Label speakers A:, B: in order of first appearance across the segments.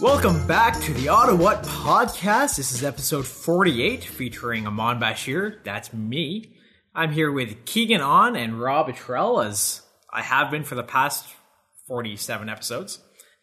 A: Welcome back to the Auto What podcast. This is episode 48 featuring Amon Bashir. That's me. I'm here with Keegan On and Rob Attrell, as I have been for the past 47 episodes.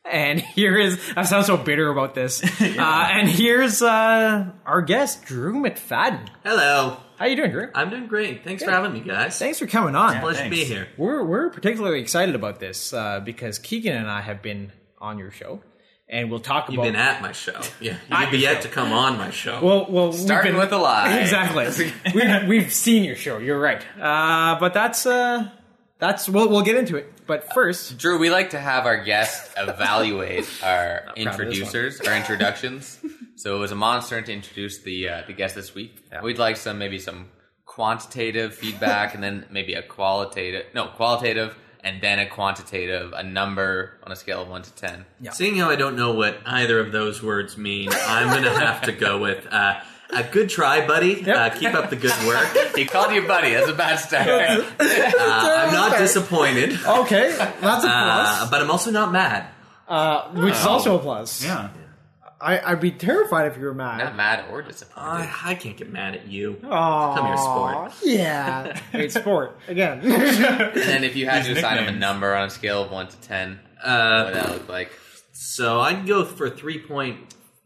A: And here is, I sound so bitter about this. uh, and here's uh, our guest, Drew McFadden.
B: Hello.
A: How you doing, Drew?
B: I'm doing great. Thanks for having me, guys.
A: Thanks for coming on.
B: Pleasure to be
C: thanks.
B: here.
A: We're we're particularly excited about this uh, because Keegan and I have been on your show, and we'll talk
B: You've
A: about.
B: been at my show. Yeah.
A: At
B: You'd be
A: your
B: yet to come on my show.
A: well, well, we've
C: Starting
A: been-
C: with a lie.
A: Exactly. we've, we've seen your show. You're right. Uh, but that's uh, that's we'll we'll get into it. But first,
C: Drew, we like to have our guests evaluate our
A: of this one.
C: introducers, our introductions. so it was a monster to introduce the uh, the guest this week. We'd like some maybe some quantitative feedback, and then maybe a qualitative, no qualitative, and then a quantitative, a number on a scale of one to ten.
A: Yeah.
B: Seeing how I don't know what either of those words mean, I'm going to have to go with uh, a good try, buddy. Uh, keep up the good work.
C: He called you buddy. That's a bad start.
B: Uh, I'm not disappointed,
A: okay, that's
B: uh, oh.
A: applause,
B: but I'm also not mad.
A: uh, which is also applause.
D: Yeah.
A: I, I'd be terrified if you were
C: Not
A: mad.
C: mad or disappointed.
B: I, I can't get mad at you.
A: Aw,
B: Come here, sport.
A: Yeah, great sport again.
C: and then if you had to
D: These
C: assign him a
D: nicknames.
C: number on a scale of one to ten, what
B: Uh,
C: would that look like?
B: so I'd go for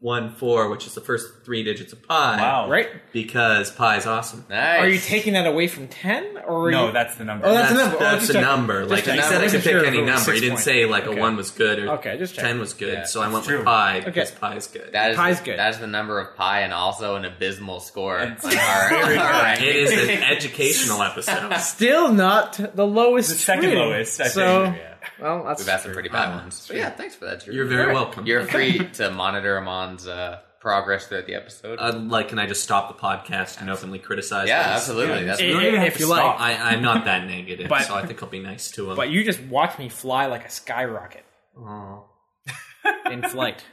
B: 3.14, which is the first three digits of pi.
D: Wow.
A: right?
B: Because pi is awesome.
C: Nice.
A: Are you taking that away from ten or are
D: No,
A: you-
D: that's the number.
A: Oh,
B: That's,
A: That's a
B: that's,
A: number. Oh, just
B: a
A: check-
B: number.
A: just
B: Like
A: check.
B: he
A: I
B: said, I
A: wasn't
B: could pick
A: sure if it
B: any
A: was
B: number. He
A: six
B: didn't
A: point.
B: say like
A: Okay.
B: a one was good or
A: Okay, just check.
B: ten was good.
C: Yeah,
B: so I went
D: true.
B: with pi because
A: Okay.
B: pi is good.
C: That is
A: Pie's good.
C: That is the number of pi and also an abysmal score.
D: It's
C: on our-
D: very
C: on our
D: good.
B: it is an educational episode.
A: Still not the lowest.
D: the second
A: rating.
D: lowest, I
A: so,
D: think. Yeah.
A: well, that's
C: We've had some pretty bad ones. So
B: true.
C: yeah, thanks for that, Drew.
B: You're very welcome.
C: You're free to monitor Amon's uh, progress throughout the episode.
B: Uh, like, can I just stop the podcast and openly criticize?
C: yeah,
B: this?
C: absolutely.
D: yeah.
C: That's
A: It-
B: You don't even
A: if
B: have to
A: you like.
B: stop. I, I'm not that negative,
A: But-
B: so I think I'll be nice to him.
A: But you just watched me fly like a skyrocket in flight.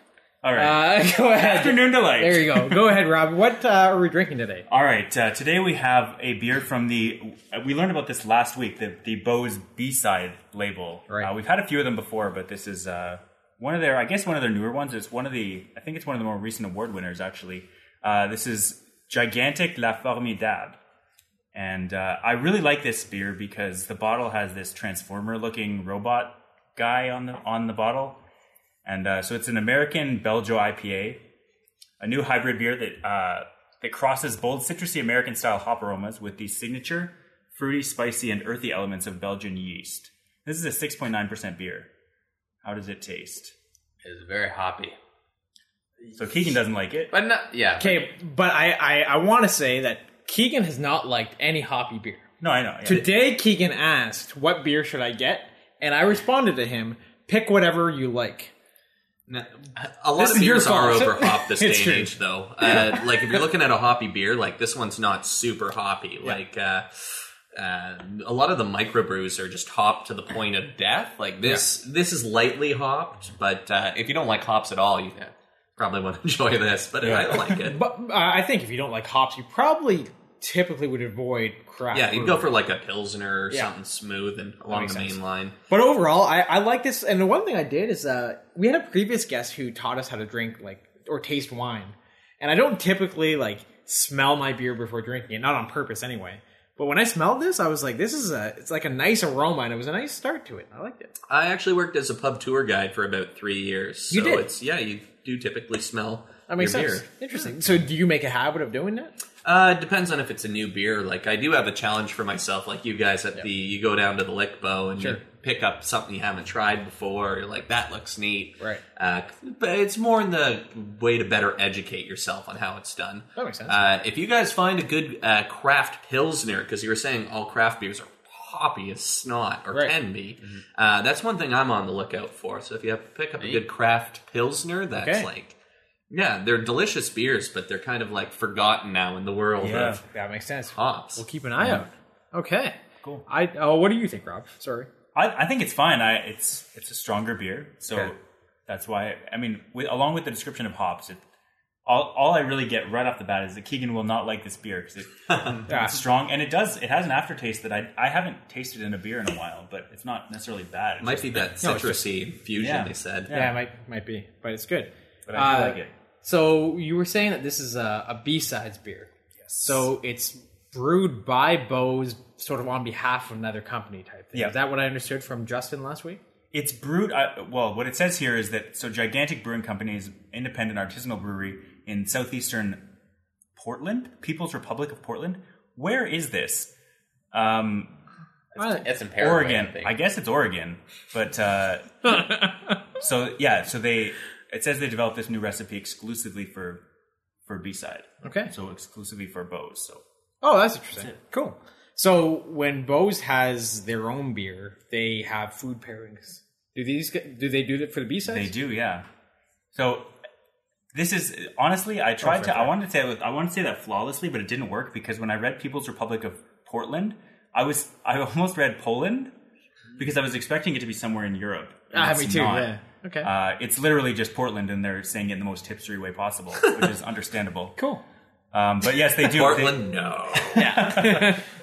D: All right.
A: Uh, go ahead.
D: Afternoon delight.
A: There you go. Go ahead, Rob. What uh, are we drinking today?
D: All right. Uh, today we have a beer from the. We learned about this last week. The the Bose B side label.
A: Right.
D: Uh, we've had a few of them before, but this is uh, one of their. I guess one of their newer ones. It's one of the. I think it's one of the more recent award winners. Actually, uh, this is Gigantic La Formidable. And uh, I really like this beer because the bottle has this transformer-looking robot guy on the on the bottle, and uh, so it's an American Belgio IPA, a new hybrid beer that uh, that crosses bold citrusy American style hop aromas with the signature fruity, spicy, and earthy elements of Belgian yeast. This is a 6.9% beer. How does it taste?
C: it's very hoppy.
D: So Keegan doesn't like it.
C: But not, yeah.
A: Okay, but I I, I want to say that Keegan has not liked any hoppy beer.
D: No, I know. yeah.
A: Today, Keegan asked, "What beer should I get?" And I responded to him, "Pick whatever you like."
B: No, a lot
A: This
B: of
A: is your
B: beers are
A: fault.
B: over hop this day
A: It's
B: and
A: true.
B: age, though. Uh, like if you're looking at a hoppy beer, like this one's not super hoppy. Like uh, uh, a lot of the microbrews are just hopped to the point of death. Like this, this is lightly hopped, but uh, if you don't like hops at all, you probably won't enjoy this. But I like it.
A: But uh, I think if you don't like hops, you probably typically would avoid craft.
B: Yeah,
A: brewery.
B: you'd go for like a pilsner or
A: Yeah.
B: something smooth and along
A: makes
B: the main
A: sense.
B: line.
A: But overall, I, I like this. And the one thing I did is uh, we had a previous guest who taught us how to drink like or taste wine. And I don't typically like smell my beer before drinking it, not on purpose anyway. But when I smelled this, I was like, "This is a it's like a nice aroma, and it was a nice start to it. I liked it.
B: I actually worked as a pub tour guide for about three years. So
A: You did?
B: It's, yeah, you do typically smell
A: That makes
B: your
A: sense.
B: beer.
A: Interesting. So, do you make a habit of doing that?
B: Uh, it depends on if it's a new beer. Like I do have a challenge for myself. Like you guys at the, you go down to the Lickbo and
A: Sure.
B: you pick up something you haven't tried before. You're like, that looks neat,
A: Right.
B: Uh, but it's more in the way to better educate yourself on how it's done.
A: That makes sense.
B: Uh, if you guys find a good uh, craft pilsner, because you were saying all craft beers are hoppy as snot or
A: Right. Mm-hmm.
B: can be, uh, that's one thing I'm on the lookout for. So if you have pick up a good craft pilsner, that's
A: Okay.
B: like. Yeah, they're delicious beers, but they're kind of like forgotten now in the world
D: Yeah.
B: of
A: That makes sense.
B: hops.
A: We'll keep an eye out. Okay.
D: Cool.
A: I. Oh, what do you think, Rob? Sorry.
D: I, I think it's fine. I, it's it's a stronger beer, so
A: Okay.
D: that's why. I mean, with, along with the description of hops, it, all all I really get right off the bat is that Keegan will not like this beer because it,
A: Yeah.
D: it's strong and it does it has an aftertaste that I I haven't tasted in a beer in a while, but it's not neclarily bad. It's
B: Might
D: just-
B: be that
A: No, it's
B: citrusy fusion
D: Yeah.
B: they said.
A: Yeah, it might might be, but it's good.
D: but I do
A: Uh,
D: like it.
A: So you were saying that this is a, a B-sides beer. Yes. So it's brewed by Bose, sort of on behalf of another company type thing.
D: Yeah.
A: Is that what I understood from Justin last week?
D: It's brewed. Uh, well, what it says here is that so gigantic brewing company is an independent artisanal brewery in southeastern Portland, People's Republic of Portland. Where is this? Um,
A: Uh,
C: That's in Paraguay.
D: Oregon.
C: I think.
D: I guess it's Oregon, but uh, so yeah. So they it says they developed this new recipe exclusively for for B side,
A: okay.
D: so exclusively for Bose. So
A: Oh, that's interesting. Cool. So when Bose has their own beer, they have food pairings. Do these get, do they do that for the B
D: They
A: sides?
D: do, yeah. So this is honestly, I tried to. I wanted to say it with, I wanted to say that flawlessly, but it didn't work because when I read People's Republic of Portland, I was I almost read Poland because I was expecting it to be somewhere in Europe. and
A: Ah,
D: it's
A: me too.
D: not.
A: Yeah. Okay.
D: Uh, it's literally just Portland, and they're saying it in the most hipstery way possible, which is understandable.
A: cool.
D: Um, but yes, they do. They,
B: Portland, no.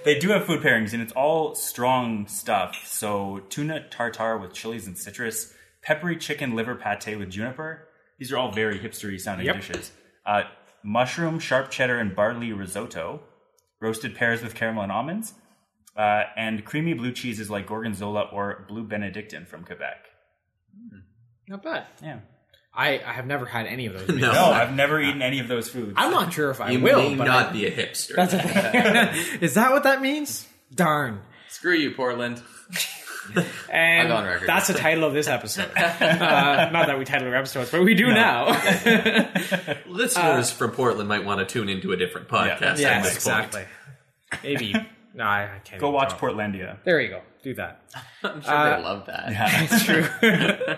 D: they do have food pairings, and it's all strong stuff. So tuna tartare with chilies and citrus, peppery chicken liver pate with juniper. These are all very hipstery sounding
A: Yep.
D: dishes. Uh, mushroom, sharp cheddar, and barley risotto, roasted pears with caramel and almonds, uh, and creamy blue cheeses like gorgonzola or blue benedictine from Quebec.
A: Not bad.
D: Yeah.
A: I, I have never had any of those. beers.
B: No.
D: No, I've never eaten any of those foods.
A: I'm not sure if I
B: You
A: will.
B: may
A: but
B: not
A: I-
B: be a hipster.
A: Is that what that means? Darn.
C: Screw you, Portland.
A: And
C: I'm on record.
A: that's the title of this episode. uh, not that we title our episodes, but we do now.
B: Listeners from Portland might want to tune into a different podcast.
D: Yeah,
B: at this Point.
A: Uh, exactly. Maybe. No, I, I can't.
D: Go
A: even
D: watch
A: talk.
D: Portlandia.
A: There you go. Do that.
C: I'm sure
A: Uh,
C: they love that.
A: That's true.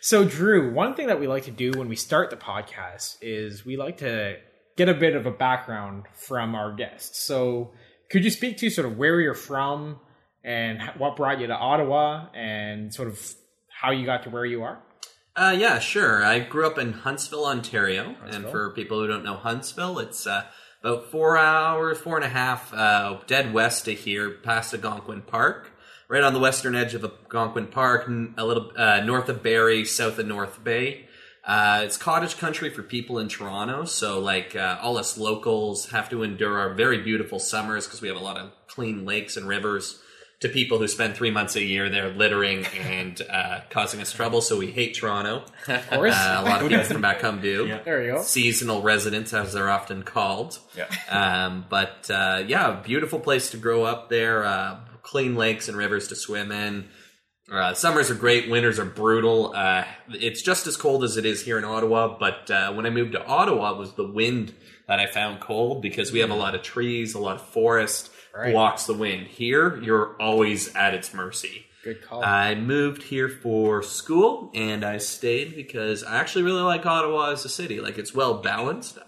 A: so, Drew, one thing that we like to do when we start the podcast is we like to get a bit of a background from our guests. So, could you speak to sort of where you're from and h- what brought you to Ottawa and sort of how you got to where you are?
B: Uh, yeah, sure. I grew up in Huntsville, Ontario, and for people who don't know Huntsville, it's uh, about four hours, four and a half uh, dead west of here, past Algonquin Park, right on the western edge of Algonquin Park, n- a little uh, north of Barrie, south of North Bay. Uh, it's cottage country for people in Toronto, so like uh, all us locals have to endure our very beautiful summers because we have a lot of clean lakes and rivers. To people who spend three months a year there littering and uh, causing us trouble, so we hate Toronto.
A: Of course.
B: Uh, a lot of people from back home do.
A: there you go.
B: Seasonal residents, as they're often called.
A: Oh.
D: Yeah.
B: Um, but uh, yeah, beautiful place to grow up there. Uh, clean lakes and rivers to swim in. Uh, summers are great. Winters are brutal. Uh, it's just as cold as it is here in Ottawa. But uh, when I moved to Ottawa, it was the wind that I found cold because we have a lot of trees, a lot of forest.
A: Right.
B: Blocks the wind. Here, you're always at its mercy.
A: Good call.
B: I moved here for school and I stayed because I actually really like Ottawa as a city. Like it's well balanced.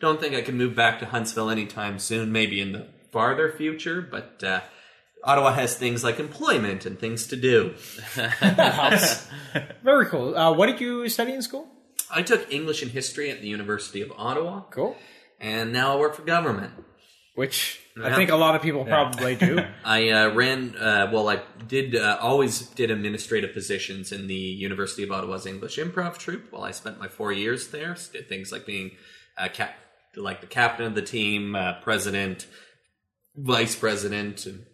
B: Don't think I can move back to Huntsville anytime soon, maybe in the farther future, but uh, Ottawa has things like employment and things to do.
A: Very cool. Uh, what did you study in school?
B: I took English and history at the University of Ottawa
A: Cool.
B: and now I work for government.
A: Which I
B: Yeah.
A: think a lot of people probably do.
B: I uh, ran. Uh, well, I did uh, always did administrative positions in the University of Ottawa's English Improv Troupe. While I spent my four years there, S- did things like being uh, cap- like the captain of the team, uh, president, vice president, and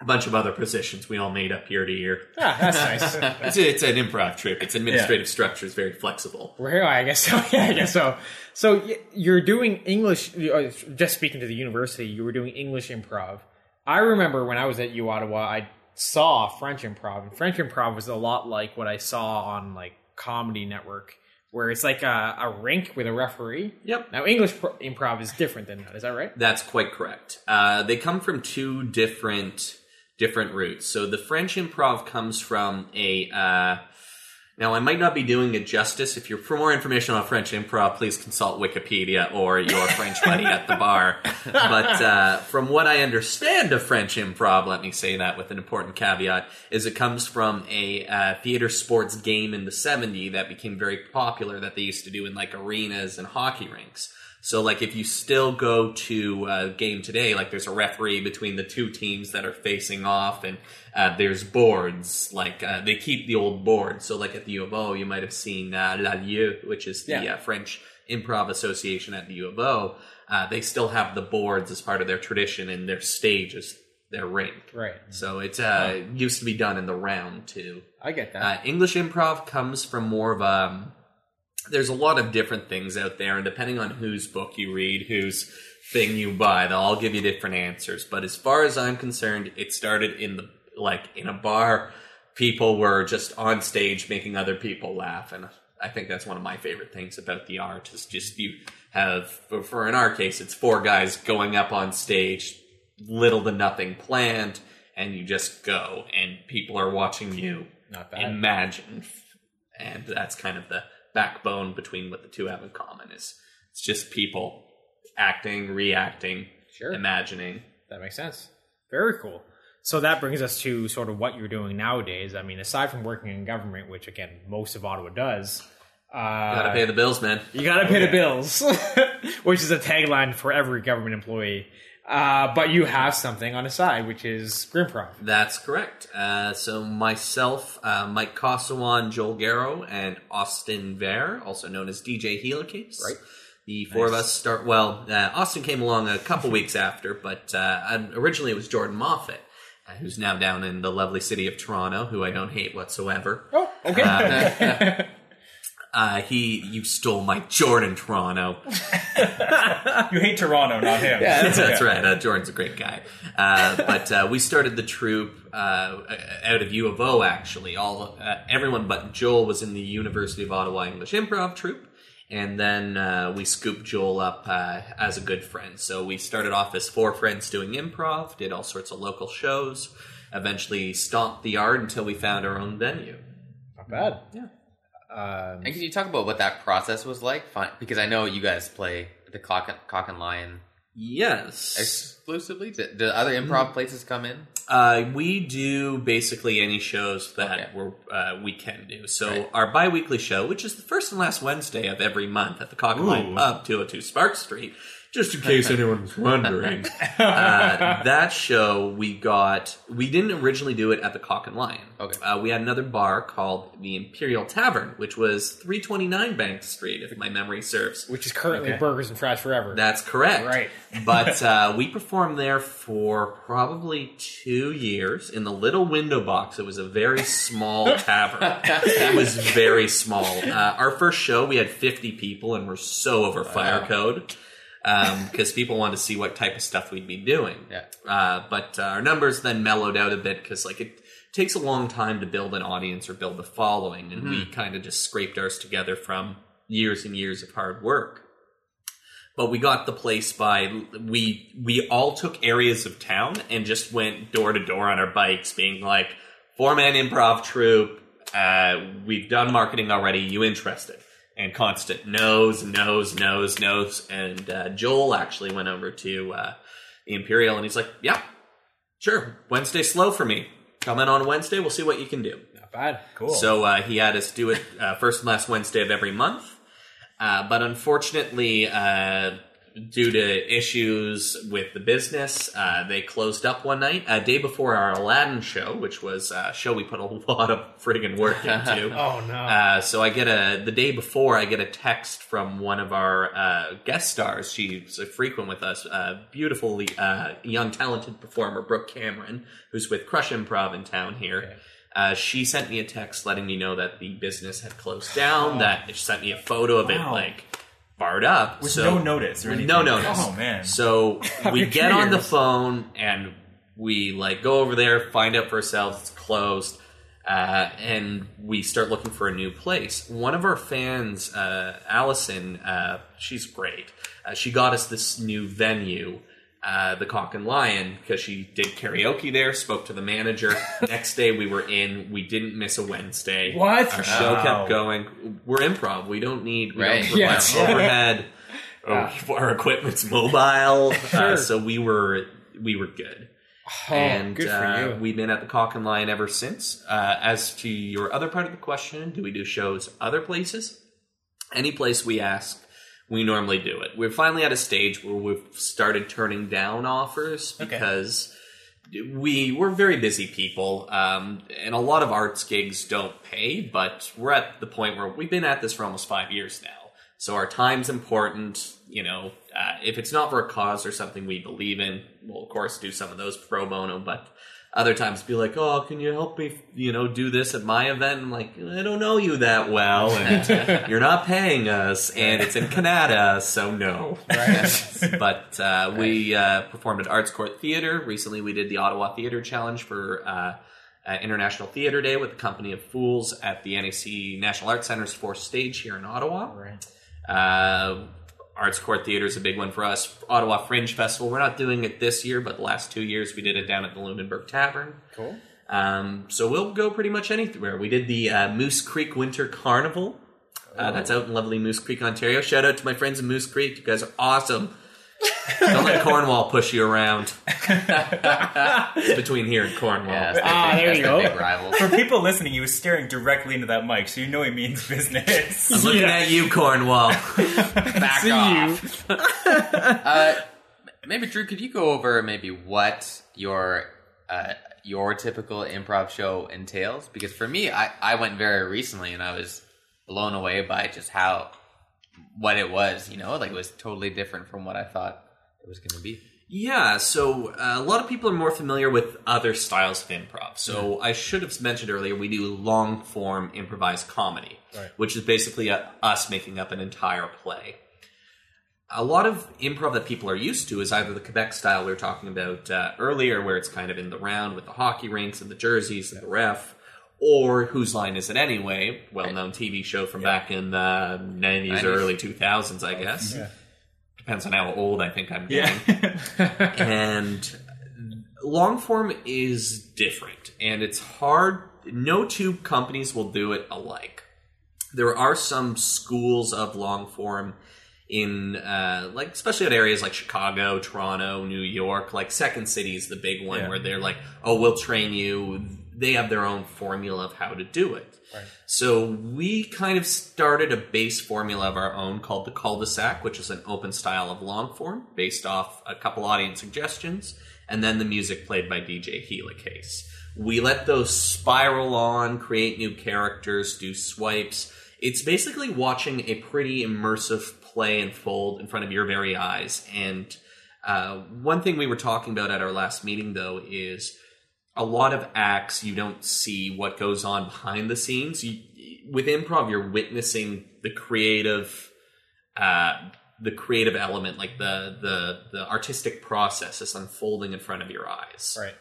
B: a bunch of other positions we all made up year to year.
A: Ah, that's nice.
B: It's, it's an improv troupe. Its administrative structure is very flexible.
A: Well, I guess so. Yeah, I guess so. So y- you're doing English. you- uh, Just speaking to the university, you were doing English improv. I remember when I was at U Ottawa, I saw French improv, and French improv was a lot like what I saw on like Comedy Network, where it's like a, a rink with a referee.
B: Yep.
A: Now English pro- improv is different than that. Is that right?
B: That's quite correct. Uh, they come from two different different roots. So the French improv comes from a. Uh, now I might not be doing it justice. If you're for more information on French improv, please consult Wikipedia or your French buddy at the bar. But uh, from what I understand of French improv, let me say that with an important caveat, is it comes from a uh, theater sports game in the '70s that became very popular that they used to do in like arenas and hockey rinks. So like if you still go to a game today, like there's a referee between the two teams that are facing off, and uh, there's boards. Like uh, they keep the old board. So like at the U of O, you might have seen uh, La Lieu, which is the
A: Yeah.
B: uh, French Improv Association at the U of O. Uh, they still have the boards as part of their tradition, and their stage is their rink.
A: Right.
B: So it uh, used to be done in the round too.
A: I get that.
B: Uh, English improv comes from more of a. There's a lot of different things out there, and depending on whose book you read, whose thing you buy, they'll all give you different answers. But as far as I'm concerned, it started in the like in a bar. People were just on stage making other people laugh, and I think that's one of my favorite things about the art is just you have for- for in our case, it's four guys going up on stage, little to nothing planned, and you just go, and people are watching you
C: Not bad.
B: imagine. And that's kind of the backbone between what the two have in common is it's just people acting, reacting,
A: Sure.
B: imagining.
A: That makes sense. Very cool. So that brings us to sort of what you're doing nowadays. I mean, aside from working in government, which again most of Ottawa does, uh,
B: Gotta pay the bills, man.
A: you gotta pay the bills, which is a tagline for every government employee. Uh, but you have something on the side, which is Grimprov.
B: That's correct. Uh, so myself, uh, Mike Kosawan, Joel Garrow, and Austin Vare, also known as DJ Helicase.
A: Right.
B: The four of us start. Well, uh, Austin came along a couple weeks after, but uh, um, originally it was Jordan Moffat, uh, who's now down in the lovely city of Toronto, who I don't hate whatsoever.
A: Oh, okay.
B: Ah, Uh, he, you stole my Jordan Toronto.
D: You hate Toronto, not him. Oh, yeah,
B: That's right. Uh, Jordan's a great guy. Uh, but uh, we started the troop uh, out of U of O. Actually, all uh, everyone but Joel was in the University of Ottawa English Improv troupe, and then uh, we scooped Joel up uh, as a good friend. So we started off as four friends doing improv, did all sorts of local shows. Eventually, stomped the yard until we found our own venue.
A: Not bad.
B: Yeah.
A: Um,
C: And can you talk about what that process was like? Fine, because I know you guys play the Cock and, Cock and Lion
B: Yes.
C: exclusively. Do, do other improv places come in?
B: Uh, we do basically any shows that
C: Okay.
B: we're, uh, we can do. So
C: Right.
B: our bi-weekly show, which is the first and last Wednesday of every month at the Cock and
D: Ooh.
B: Lion Pub, 202 Spark Street, just in case anyone was wondering, uh, that show we got, we didn't originally do it at the Cock and Lion.
C: Okay.
B: Uh, we had another bar called the Imperial Tavern, which was 329 Bank Street, if my memory serves.
A: which is currently
D: Okay.
A: Burgers and Fries Forever.
B: That's correct.
A: Right.
B: but uh, we performed there for probably two years in the little window box. It was a very small tavern. it was very small. Uh, our first show, we had 50 people, and we're so over fire code because people wanted to see what type of stuff we'd be doing.
C: Yeah.
E: Oh.
B: Uh, but uh, our numbers then mellowed out a bit because like it takes a long time to build an audience or build a following, and we kind of just scraped ours together from years and years of hard work but we got the place by we we all took areas of town and just went door to door on our bikes being like four man improv troupe uh, we've done marketing already you interested and constant no's no's no's no's and uh, joel actually went over to uh, the imperial and he's like yeah sure wednesday's slow for me come in on wednesday we'll see what you can do
A: Not bad.
D: Cool.
B: so uh, he had us do it uh, first and last Wednesday of every month. Uh, but unfortunately, uh, due to issues with the business, uh, they closed up one night, a day before our Aladdin show, which was a show we put a lot of friggin' work into.
A: Oh no.
B: Uh, so I get a the day before I get a text from one of our uh, guest stars. She's a frequent with us, uh, beautiful uh, young talented performer Brooke Cameron, who's with Crush Improv in town here. Uh, she sent me a text letting me know that the business had closed down. That she sent me a photo of it
D: Wow.
B: like barred up.
D: With
B: so
D: no notice or
B: With
D: anything.
B: no notice.
D: Oh man.
B: So we
A: your
B: get on the
A: ears.
B: phone and we like go over there, find out for ourselves. It's closed, uh, and we start looking for a new place. One of our fans, uh, Allison, uh, she's great. Uh, she got us this new venue. Uh, the Cock and Lion, because she did karaoke there, spoke to the manager. Next day we were in, we didn't miss a Wednesday.
A: What?
B: Our show
D: Wow.
B: kept going. We're improv. We don't need we
C: Right.
B: don't
C: Yeah.
B: require overhead.
A: Yeah.
B: Oh, Our equipment's mobile,
A: Sure.
B: uh, so we were we were good.
A: Oh,
B: and
A: good for
B: uh,
A: you.
B: we've been at the Cock and Lion ever since. Uh, as to your other part of the question, do we do shows other places? Any place we ask, we normally do it. We're finally at a stage where we've started turning down offers because we we're very busy people, um, and a lot of arts gigs don't pay. But we're at the point where we've been at this for almost five years now, so our time's important. You know, uh, if it's not for a cause or something we believe in, we'll of course do some of those pro bono, but. Other times, be like, "Oh, can you help me? You know, do this at my event." I'm like, "I don't know you that well, and you're not paying us, and it's in Canada, so no." but uh, we uh, performed at Arts Court Theater recently. We did the Ottawa Theater Challenge for uh, uh, International Theater Day with the Company of Fools at the NAC National Arts Center's fourth stage here in Ottawa. Uh, Arts Court Theater is a big one for us. Ottawa Fringe Festival. We're not doing it this year, but the last two years we did it down at the Lunenburg Tavern.
E: Cool.
B: Um, so we'll go pretty much anywhere. We did the uh, Moose Creek Winter Carnival. Uh, that's out in lovely Moose Creek, Ontario. Shout out to my friends in Moose Creek. You guys are awesome. Don't let Cornwall push you around. it's between here and Cornwall.
C: Yeah, that's their
E: Ah,
C: big-
E: there
C: that's
E: you
C: their
E: go.
C: Big rival.
D: For people listening, he was staring directly into that mic, so you know he means business.
B: I'm looking
A: Yeah.
B: at you, Cornwall.
C: Back
A: See
C: off.
A: you.
C: Uh, maybe Drew, could you go over maybe what your uh, your typical improv show entails? Because for me, I, I went very recently and I was blown away by just how what it was. You know, like it was totally different from what I thought it was going to be.
B: Yeah, so uh, a lot of people are more familiar with other styles of improv. So I should have mentioned earlier we do long form improvised comedy, which is basically uh us making up an entire play. A lot of improv that people are used to is either the Quebec style we were talking about uh, earlier, where it's kind of in the round with the hockey rinks and the jerseys and the ref, or Whose Line Is It Anyway? Well known TV show from back in the 90s or
C: 90s.
B: early 2000s, I guess. Depends on how old I think I'm getting
D: yeah.
B: and long form is different and it's hard no two companies will do it alike there are some schools of long form in uh, like especially at areas like chicago toronto new york like second city is the big one
D: Yeah.
B: where they're like oh we'll train you they have their own formula of how to do it so we kind of started a base formula of our own called the cul-de-sac, which is an open style of long form based off a couple audience suggestions, and then the music played by DJ Helicase. We let those spiral on, create new characters, do swipes. It's basically watching a pretty immersive play unfold in front of your very eyes. And uh, one thing we were talking about at our last meeting, though, is a lot of acts you don't see what goes on behind the scenes you, with improv you're witnessing the creative uh, the creative element like the the the artistic process is unfolding in front of your eyes
E: Right.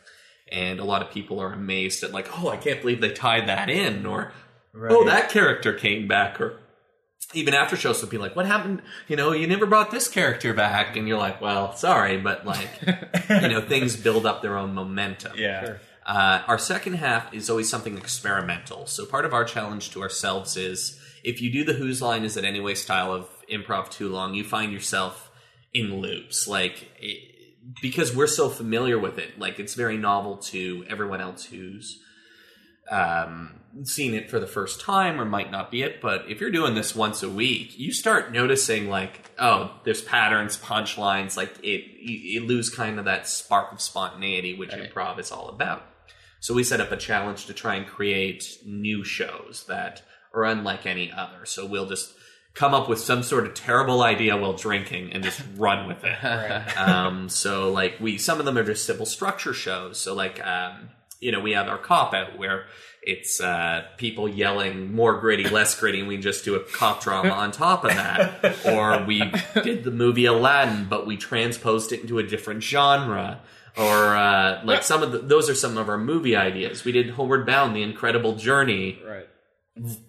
B: and a lot of people are amazed at like oh i can't believe they tied that in or oh that character came back or even after shows would be like what happened you know you never brought this character back and you're like well sorry but like you know things build up their own momentum
D: Yeah.
B: uh, our second half is always something experimental. So part of our challenge to ourselves is if you do the whose line is it anyway style of improv too long, you find yourself in loops. Like it, because we're so familiar with it, like it's very novel to everyone else who's um, seen it for the first time or might not be it. But if you're doing this once a week, you start noticing like, oh, there's patterns, punchlines. Like it, you, you lose kind of that spark of spontaneity, which improv is all about. So we set up a challenge to try and create new shows that are unlike any other. So we'll just come up with some sort of terrible idea while drinking and just run with it. um, so like we, some of them are just simple structure shows. So like, um, you know, we have our cop out where it's uh, people yelling more gritty, less gritty, and we just do a cop drama on top of that. Or we did the movie Aladdin, but we transposed it into a different genre. Or uh, like some of the, those are some of our movie ideas. We did Homeward Bound: The Incredible Journey,
E: Right.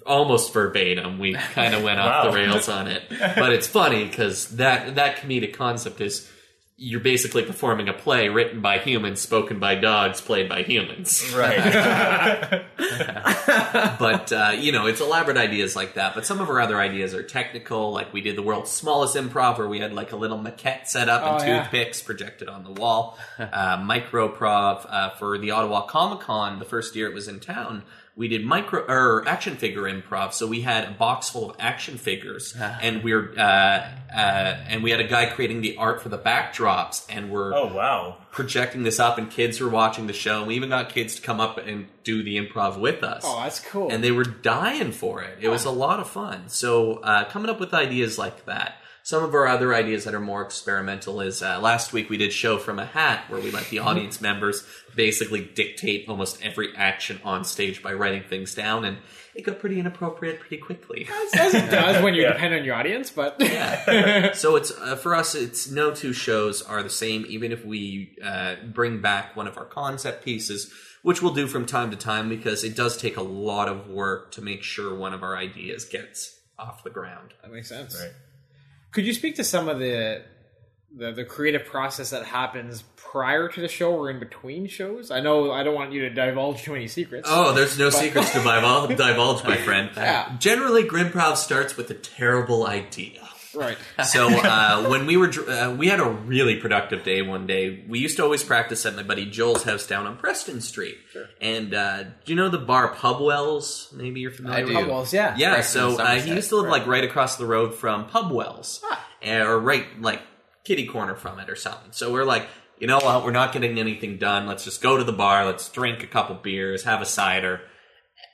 B: almost verbatim. We kind of went off the
D: Wow.
B: rails on it, but it's funny because that that comedic concept is you're basically performing a play written by humans, spoken by dogs, played by humans
D: Right.
B: but uh, you know, it's elaborate ideas like that. But some of our other ideas are technical. Like we did the world's smallest improv, where we had like a little maquette set up and
E: Oh,
B: two
E: yeah.
B: toothpicks projected on the wall. uh, microprov uh, for the Ottawa Comic Con. The first year it was in town, we did micro or action figure improv. So we had a box full of action figures, and we're uh, uh, and we had a guy creating the art for the backdrops, and we're
D: Oh wow.
B: projecting this up, and kids were watching the show. And we even got kids to come up and do the improv with us.
A: Oh, that's cool.
B: And they were dying for it. It was a lot of fun. So uh, coming up with ideas like that. Some of our other ideas that are more experimental is uh, last week we did show from a hat where we let the audience members basically dictate almost every action on stage by writing things down, and it got pretty inappropriate pretty quickly.
A: as it does when you depend on your audience, but
B: so it's uh, for us it's no two shows are the same even if we uh, bring back one of our concept pieces which we'll do from time to time because it does take a lot of work to make sure one of our ideas gets off the ground
A: that makes sense.
D: Right.
A: Could you speak to some of the, the the creative process that happens prior to the show or in between shows? I know I don't want you to divulge too many secrets.
B: oh there's no secrets to divulge, divulge my friend
A: Yeah.
B: generally grimprov starts with a terrible idea
A: Right.
B: So uh, when we were, dr- uh, we had a really productive day one day. We used to always practice at my buddy Joel's house down on Preston Street. And uh, do you know the bar Pubwells? Maybe you're familiar.
C: I
B: with
C: do.
A: Pubwells, yeah.
B: Yeah.
C: Preston,
B: so uh, he
C: Somerset.
B: used to live
A: Right.
B: like right across the road from Pubwells, Eh, or right like kitty corner from it or something. So we're like. You know what? We're not getting anything done. Let's just go to the bar. Let's drink a couple beers, have a cider,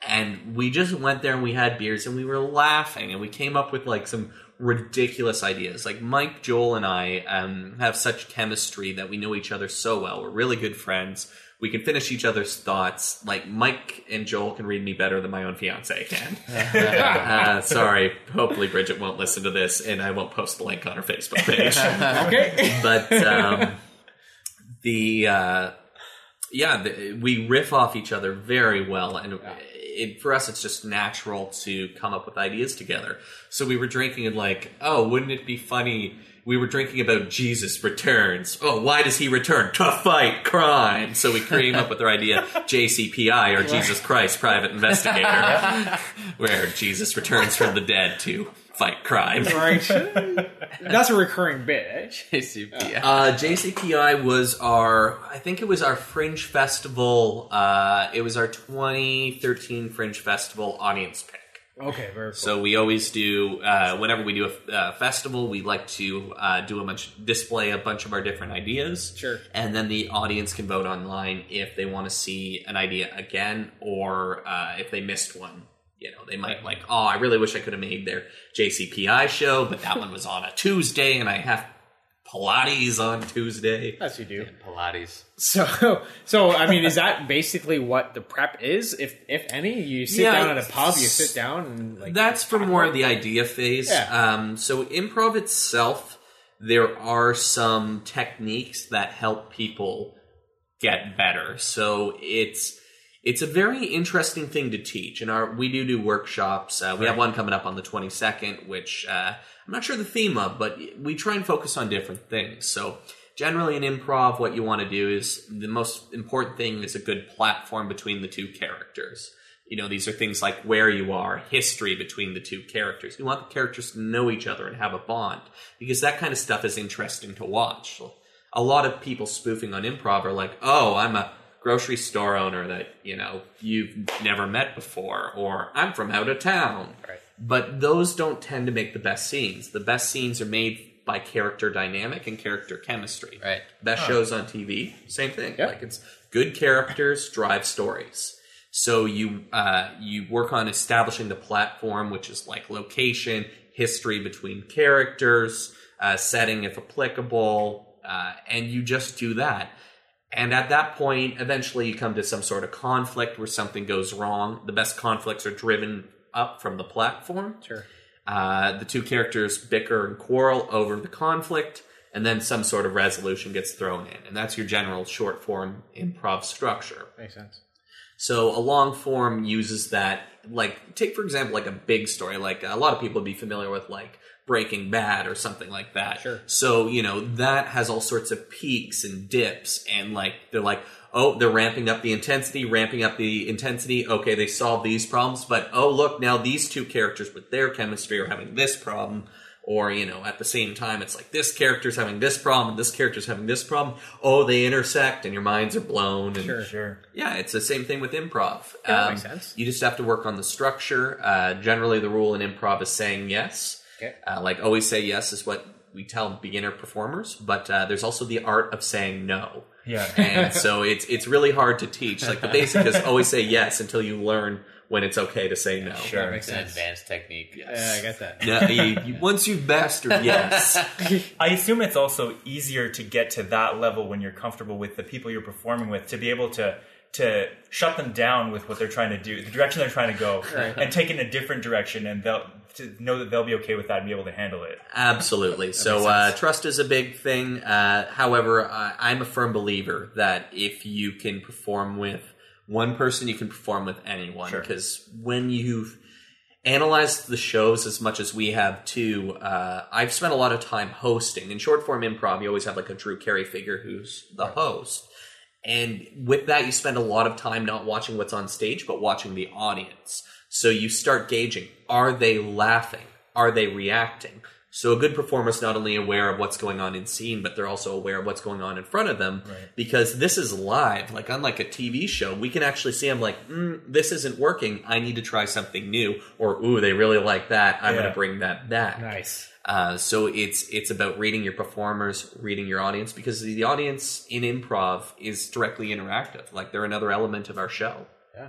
B: and we just went there and we had beers and we were laughing and we came up with like some ridiculous ideas like mike joel and i um, have such chemistry that we know each other so well we're really good friends we can finish each other's thoughts like mike and joel can read me better than my own fiance can uh, sorry hopefully bridget won't listen to this and i won't post the link on her facebook page
A: Uh, Ah, Okay.
B: but um, the uh, yeah, the, we riff off each other very well, and it, for us, it's just natural to come up with ideas together. So we were drinking and like, oh, wouldn't it be funny? We were drinking about Jesus returns. Oh, why does he return? To fight crime. So we came up with our idea, JCPI, or Jesus Christ Private Investigator, where Jesus returns from the dead to fight crime.
A: right. That's a recurring bit. eh?
C: JCPI.
B: Uh, JCPI was our, I think it was our Fringe Festival. Uh, it was our 2013 Fringe Festival audience pick.
A: Okay, very cool.
B: So we always do, uh, whenever we do a uh, festival, we like to uh, do a bunch, display a bunch of our different ideas.
A: Sure.
B: And then the audience can vote online if they want to see an idea again or uh, if they missed one. You know, they might like, oh, I really wish I could have made their JCPI show, but that one was on a Tuesday and I have Pilates on Tuesday.
A: Yes, you do.
C: Pilates.
A: So, so I mean, is that basically what the prep is? If if any, you sit
B: Yeah,
A: down at a
B: it's-
A: pub, you sit down and like
B: That's for more of the idea phase.
A: Yeah.
B: Um, so improv itself, there are some techniques that help people get better. So it's it's a very interesting thing to teach. And our we do do workshops. Uh, we have one coming up on the twenty second, which uh, I'm not sure the theme of, but we try and focus on different things. So. Generally, in improv, what you want to do is the most important thing is a good platform between the two characters. You know, these are things like where you are, history between the two characters. You want the characters to know each other and have a bond because that kind of stuff is interesting to watch. A lot of people spoofing on improv are like, oh, I'm a grocery store owner that, you know, you've never met before, or I'm from out of town.
C: Right.
B: But those don't tend to make the best scenes. The best scenes are made by character dynamic and character chemistry.
C: Right.
B: Best shows on TV, same thing.
A: Yeah.
B: Like it's good characters drive stories. So you uh, you work on establishing the platform, which is like location, history between characters, uh, setting if applicable, uh, and you just do that. And at that point, eventually you come to some sort of conflict where something goes wrong. The best conflicts are driven up from the platform.
A: Sure.
B: Uh, the two characters bicker and quarrel over the conflict, and then some sort of resolution gets thrown in. And that's your general short form improv structure.
A: makes sense.
B: So a long form uses that, like, take for example, like a big story, like a lot of people would be familiar with, like Breaking Bad or something like that.
A: Sure.
B: So, you know, that has all sorts of peaks and dips, and like, they're like, oh, they're ramping up the intensity, ramping up the intensity. Okay, they solved these problems, but oh, look, now these two characters with their chemistry are having this problem. Or, you know, at the same time, it's like this character's having this problem and this character's having this problem. Oh, they intersect and your minds are blown. And
A: Sure.
D: Sure.
B: yeah, it's the same thing with improv. Um,
A: Yeah, that makes sense.
B: You just have to work on the structure. Uh, generally, the rule in improv is saying yes.
C: Okay.
B: Uh, like always say yes is what we tell beginner performers, but uh, there's also the art of saying no.
D: Yeah.
B: And so it's it's really hard to teach. Like the basic is always say yes until you learn when it's okay to say no.
A: Sure. Makes
C: It's an
A: sense.
C: advanced technique.
A: Yeah, I get that.
B: Yeah, you- you- once you've mastered yes,
D: I assume it's also easier to get to that level when you're comfortable with the people you're performing with to be able to to shut them down with what they're trying to do, the direction they're trying to go, and take it in a different direction, and they'll to know that they'll be okay with that and be able to handle it.
B: Absolutely. So uh, trust is a big thing. Uh, however, uh, I'm a firm believer that if you can perform with one person, you can perform with anyone.
D: Sure.
B: Because when you've analyzed the shows as much as we have too, uh, I've spent a lot of time hosting. In short form improv, you always have like a Drew Carey figure who's the host. And with that, you spend a lot of time not watching what's on stage, but watching the audience. So you start gauging are they laughing? Are they reacting? So a good performer is not only aware of what's going on in scene, but they're also aware of what's going on in front of them because this is live. Like unlike a TV show, we can actually see. I'm like, mm, this isn't working. I need to try something new. Or ooh, they really like that. I'm going
D: Yeah.
B: to bring that back.
A: Nice.
B: Uh, so it's it's about reading your performers, reading your audience, because the audience in improv is directly interactive. Like they're another element of our show.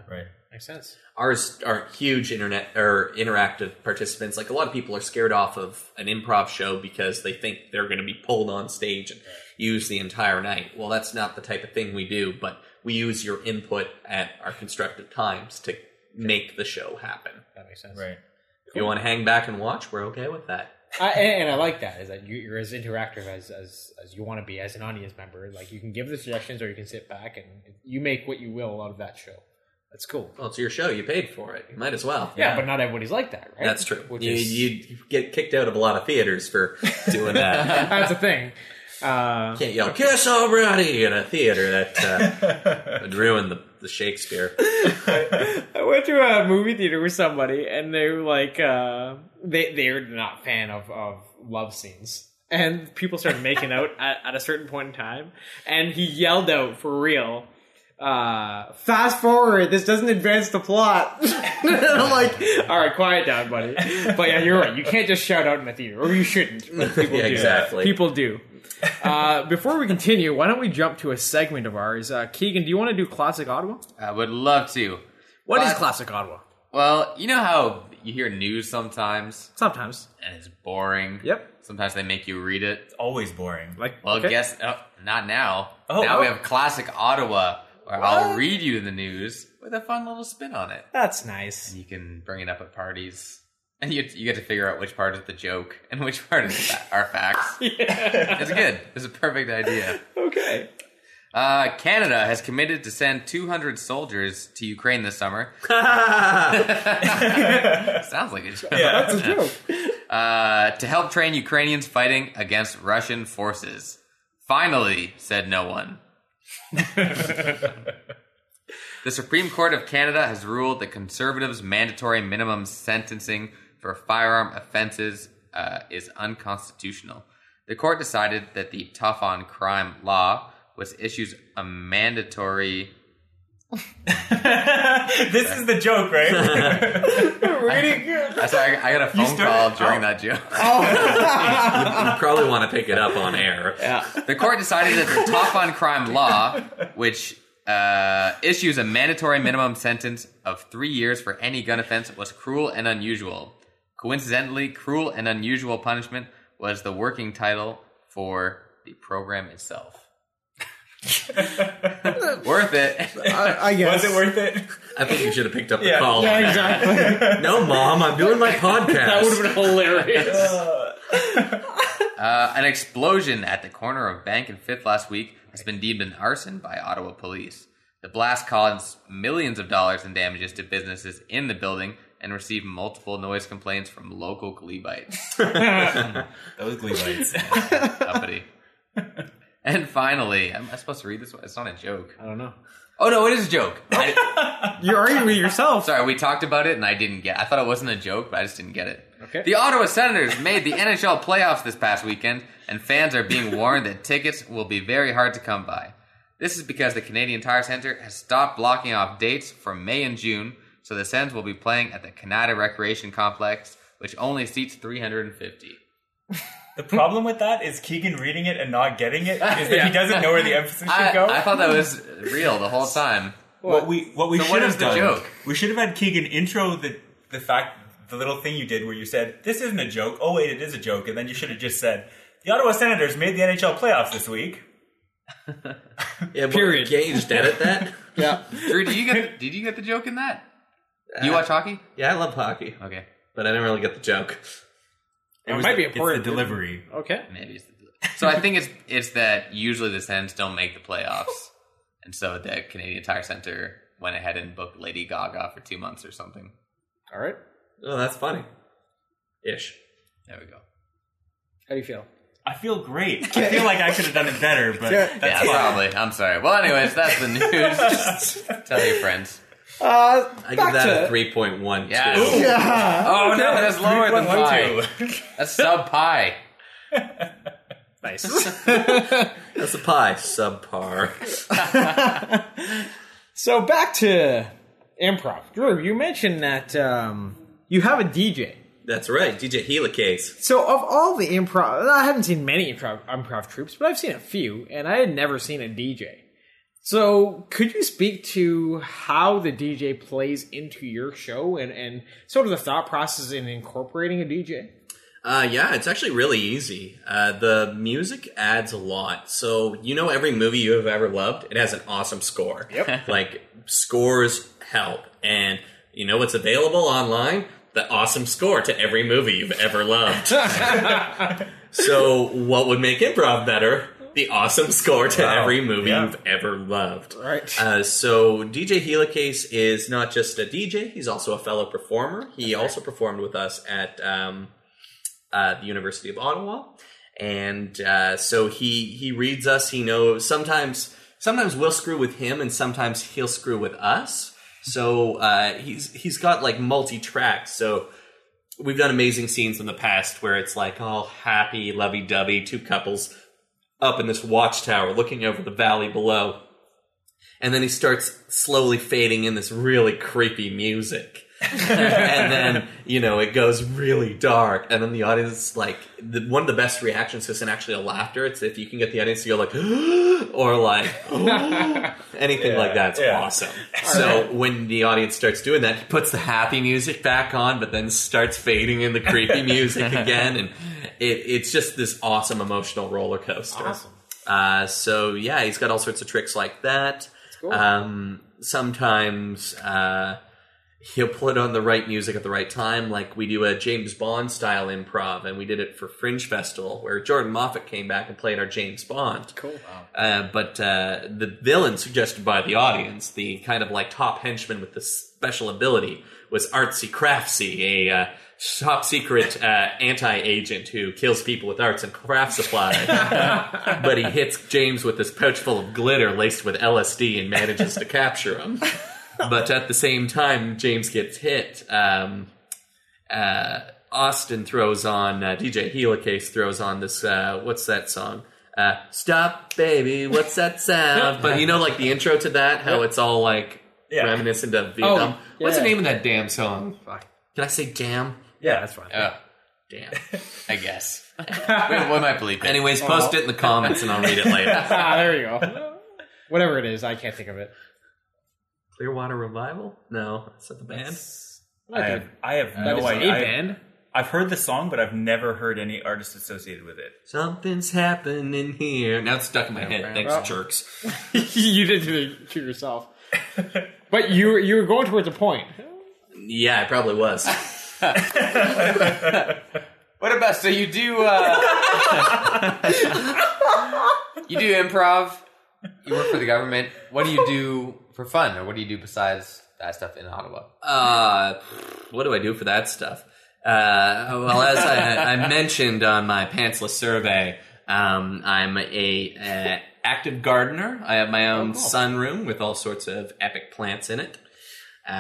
D: Right.
A: Makes sense.
B: Ours are huge internet or interactive participants. Like a lot of people are scared off of an improv show because they think they're going to be pulled on stage and used the entire night. Well, that's not the type of thing we do, but we use your input at our constructive times to make the show happen.
A: That makes sense.
D: Right.
B: If you want to hang back and watch, we're okay with that.
A: I, and, and I like that is that you, you're as interactive as, as as you want to be as an audience member. Like you can give the suggestions or you can sit back and you make what you will out of that show. That's cool.
B: Well, it's your show. You paid for it. You might as well.
A: Yeah, but not everybody's like that, right?
B: That's true.
A: Which
B: you,
A: is
B: you get kicked out of a lot of theaters for doing that.
A: that's a thing. Uh,
B: Can't yell "kiss already" in a theater that uh, would ruin the, the Shakespeare.
A: I went to a movie theater with somebody, and they were like, uh, they they're not a fan of of love scenes, and people started making out at, at a certain point in time, and he yelled out for real. Uh, fast forward. This doesn't advance the plot. I'm like, all right, quiet down, buddy. But yeah, you're right. You can't just shout out in the theater, or you shouldn't. but People
B: Yeah,
A: do.
B: exactly.
A: People do. Uh, before we continue, why don't we jump to a segment of ours? Uh, Keegan, do you want to do classic Ottawa?
C: I would love to.
A: What is
C: But-
A: classic Ottawa?
C: Well, you know how you hear news sometimes
A: Sometimes.
C: and it's boring.
A: Yep.
C: Sometimes they make you read it.
D: It's always boring.
A: Like
C: Well,
A: okay.
C: guess oh, not now.
D: Oh,
C: now we
D: oh.
C: have classic Ottawa, where I'll read you the news with a fun little spin on it.
A: That's nice.
C: You can bring it up at parties, and you you get to figure out which part is the joke and which part is fa- are facts. It's good. It's a perfect idea.
A: Okay.
C: Uh, Canada has committed to send 200 soldiers to Ukraine this summer. Sounds like a joke.
A: That's a joke.
C: Uh, to help train Ukrainians fighting against Russian forces. Finally, said no one. the Supreme Court of Canada has ruled that conservatives' mandatory minimum sentencing for firearm offenses uh, is unconstitutional. The court decided that the tough on crime law was issues a mandatory.
D: this is the joke, right?
C: I, sorry, I got a phone
D: started-
C: call during that joke.
B: You probably want to pick it up on air.
C: The court decided that the top on crime law, which uh, issues a mandatory minimum sentence of three years for any gun offense, was cruel and unusual. Coincidentally, cruel and unusual punishment was the working title for the program itself. Worth it.
A: I, I guess.
D: Was it worth it?
B: I think you should have picked up the
D: Yeah.
B: call.
A: yeah, exactly.
B: No, mom, I'm doing my podcast.
A: that would have been hilarious.
C: Uh, an explosion at the corner of Bank and Fifth last week has been deemed an arson by Ottawa police. The blast caused millions of dollars in damages to businesses in the building and received multiple noise complaints from local Glebites.
D: Those glee lights.
C: Uppity. And finally, am I supposed to read this one? It's not a joke.
A: I don't know.
C: Oh no, it is a joke. I-
A: You're arguing with yourself.
C: sorry, we talked about it and I didn't get. I thought it wasn't a joke, but I just didn't get it.
A: Okay.
C: The Ottawa Senators made the NHL playoffs this past weekend, and fans are being warned that tickets will be very hard to come by. This is because the Canadian Tire Center has stopped blocking off dates for May and June, so the Sens will be playing at the Canada Recreation Complex, which only seats 350.
D: The problem with that is Keegan reading it and not getting it is that
C: Yeah.
D: he doesn't know where the emphasis should
C: I,
D: go.
C: I thought that was real the whole time.
D: what we what we
C: So
D: should
C: what
D: have
C: is the
D: done.
C: joke?
D: We should have had Keegan intro the the fact the little thing you did where you said this isn't a joke. Oh wait, it is a joke, and then you should have just said the Ottawa Senators made the NHL playoffs this week.
B: Yeah, but
A: Period.
B: Gage dead at that.
A: Yeah.
C: Drew, did you get did you get the joke in that? Do you watch hockey?
B: Yeah, I love hockey,
C: Okay,
B: but I didn't really get the joke.
A: It,
D: was
A: might
D: the-
A: be
D: it's
A: important.
D: the delivery.
A: Okay.
C: maybe. It's the, so I think it's it's that usually the Sens don't make the playoffs, and so the Canadian Tire Center went ahead and booked Lady Gaga for two months or something.
A: All right.
B: Oh, that's funny. Ish.
C: There we go.
A: How do you feel?
D: I feel great. I feel like I could have done it better, but
A: Yeah.
D: that's
C: yeah,
D: fine.
C: probably. I'm sorry. Well, anyways, that's the news. Just tell your friends.
A: Uh,
B: I
A: back
B: give that
A: to-
B: a three point one.
C: Yeah.
A: Yeah.
C: Oh no, that's lower than pie.
D: 3.12.
C: That's sub pie.
A: Nice.
B: that's a pie subpar.
A: so back to improv. Drew, you mentioned that um, you have a DJ.
B: That's right, DJ Helicase.
A: So of all the improv, I haven't seen many improv, improv troops, but I've seen a few, and I had never seen a DJ. So could you speak to how the DJ plays into your show and, and sort of the thought process in incorporating a DJ?
B: Uh, yeah, it's actually really easy. Uh, the music adds a lot. So you know, every movie you have ever loved, it has an awesome score. Yep. like scores help, and you know what's available online? The awesome score to every movie you've ever loved. so what would make improv better? The awesome score to
D: Wow.
B: every movie
D: Yeah.
B: you've ever loved.
A: Right.
B: Uh, so DJ Helicase is not just a DJ; he's also a fellow performer. He also performed with us at. Um, uh, the University of Ottawa, and uh, so he he reads us. He knows sometimes sometimes we'll screw with him, and sometimes he'll screw with us. So uh, he's he's got like multi tracks. So we've done amazing scenes in the past where it's like all happy, lovey dovey, two couples up in this watchtower looking over the valley below. And then he starts slowly fading in this really creepy music. and then, you know, it goes really dark. And then the audience, like, the, one of the best reactions isn't actually a laughter. It's if you can get the audience to go, like, or like, anything like that. It's
D: yeah.
B: awesome. So when the audience starts doing that, he puts the happy music back on, but then starts fading in the creepy music again. And it, it's just this awesome emotional roller coaster. Uh, so yeah, he's got all sorts of tricks like that. Um, sometimes uh, he'll put on the right music at the right time, like we do a James Bond style improv, and we did it for Fringe Festival, where Jordan Moffat came back and played our James Bond.
A: Cool.
B: Uh, but uh, the villain suggested by the audience, the kind of like top henchman with the special ability, was Artsy Craftsy, a uh, top secret uh, anti agent who kills people with arts and crafts supplies. but he hits James with this pouch full of glitter laced with LSD and manages to capture him. But at the same time, James gets hit. Um, uh, Austin throws on uh, DJ Helicase throws on this uh, what's that song? Uh, Stop, baby, what's that sound? But you know, like the intro to that, how it's all like
D: Yeah.
B: reminiscent of Vietnam. What's the
A: yeah.
B: name of that damn song? Can I say damn?
D: Yeah, that's fine.
C: Oh,
B: Damn.
C: I guess. Wait, what am I bleeping?
B: Anyways, post it in the comments and I'll read it later.
A: ah, there you go. Whatever it is, I can't think of it.
B: Clearwater Revival? No, is that the band?
D: I have, I have
A: That
D: no
A: is
D: idea.
A: a
D: I-
A: band.
D: I've heard the song, but I've never heard any artist associated with it.
B: Something's happening here. Now it's stuck in my head. Thanks,
A: Well.
B: jerks.
A: you did it to yourself. But you you were going towards a point.
B: Yeah, it probably was.
C: What about so you do uh, you do improv? You work for the government. What do you do for fun, or what do you do besides that stuff in Ottawa?
B: Uh, what do I do for that stuff? Uh, well, as I, I mentioned on my pantsless survey, um, I'm a, uh active gardener. I have my own sunroom with all sorts of epic plants in it. Uh,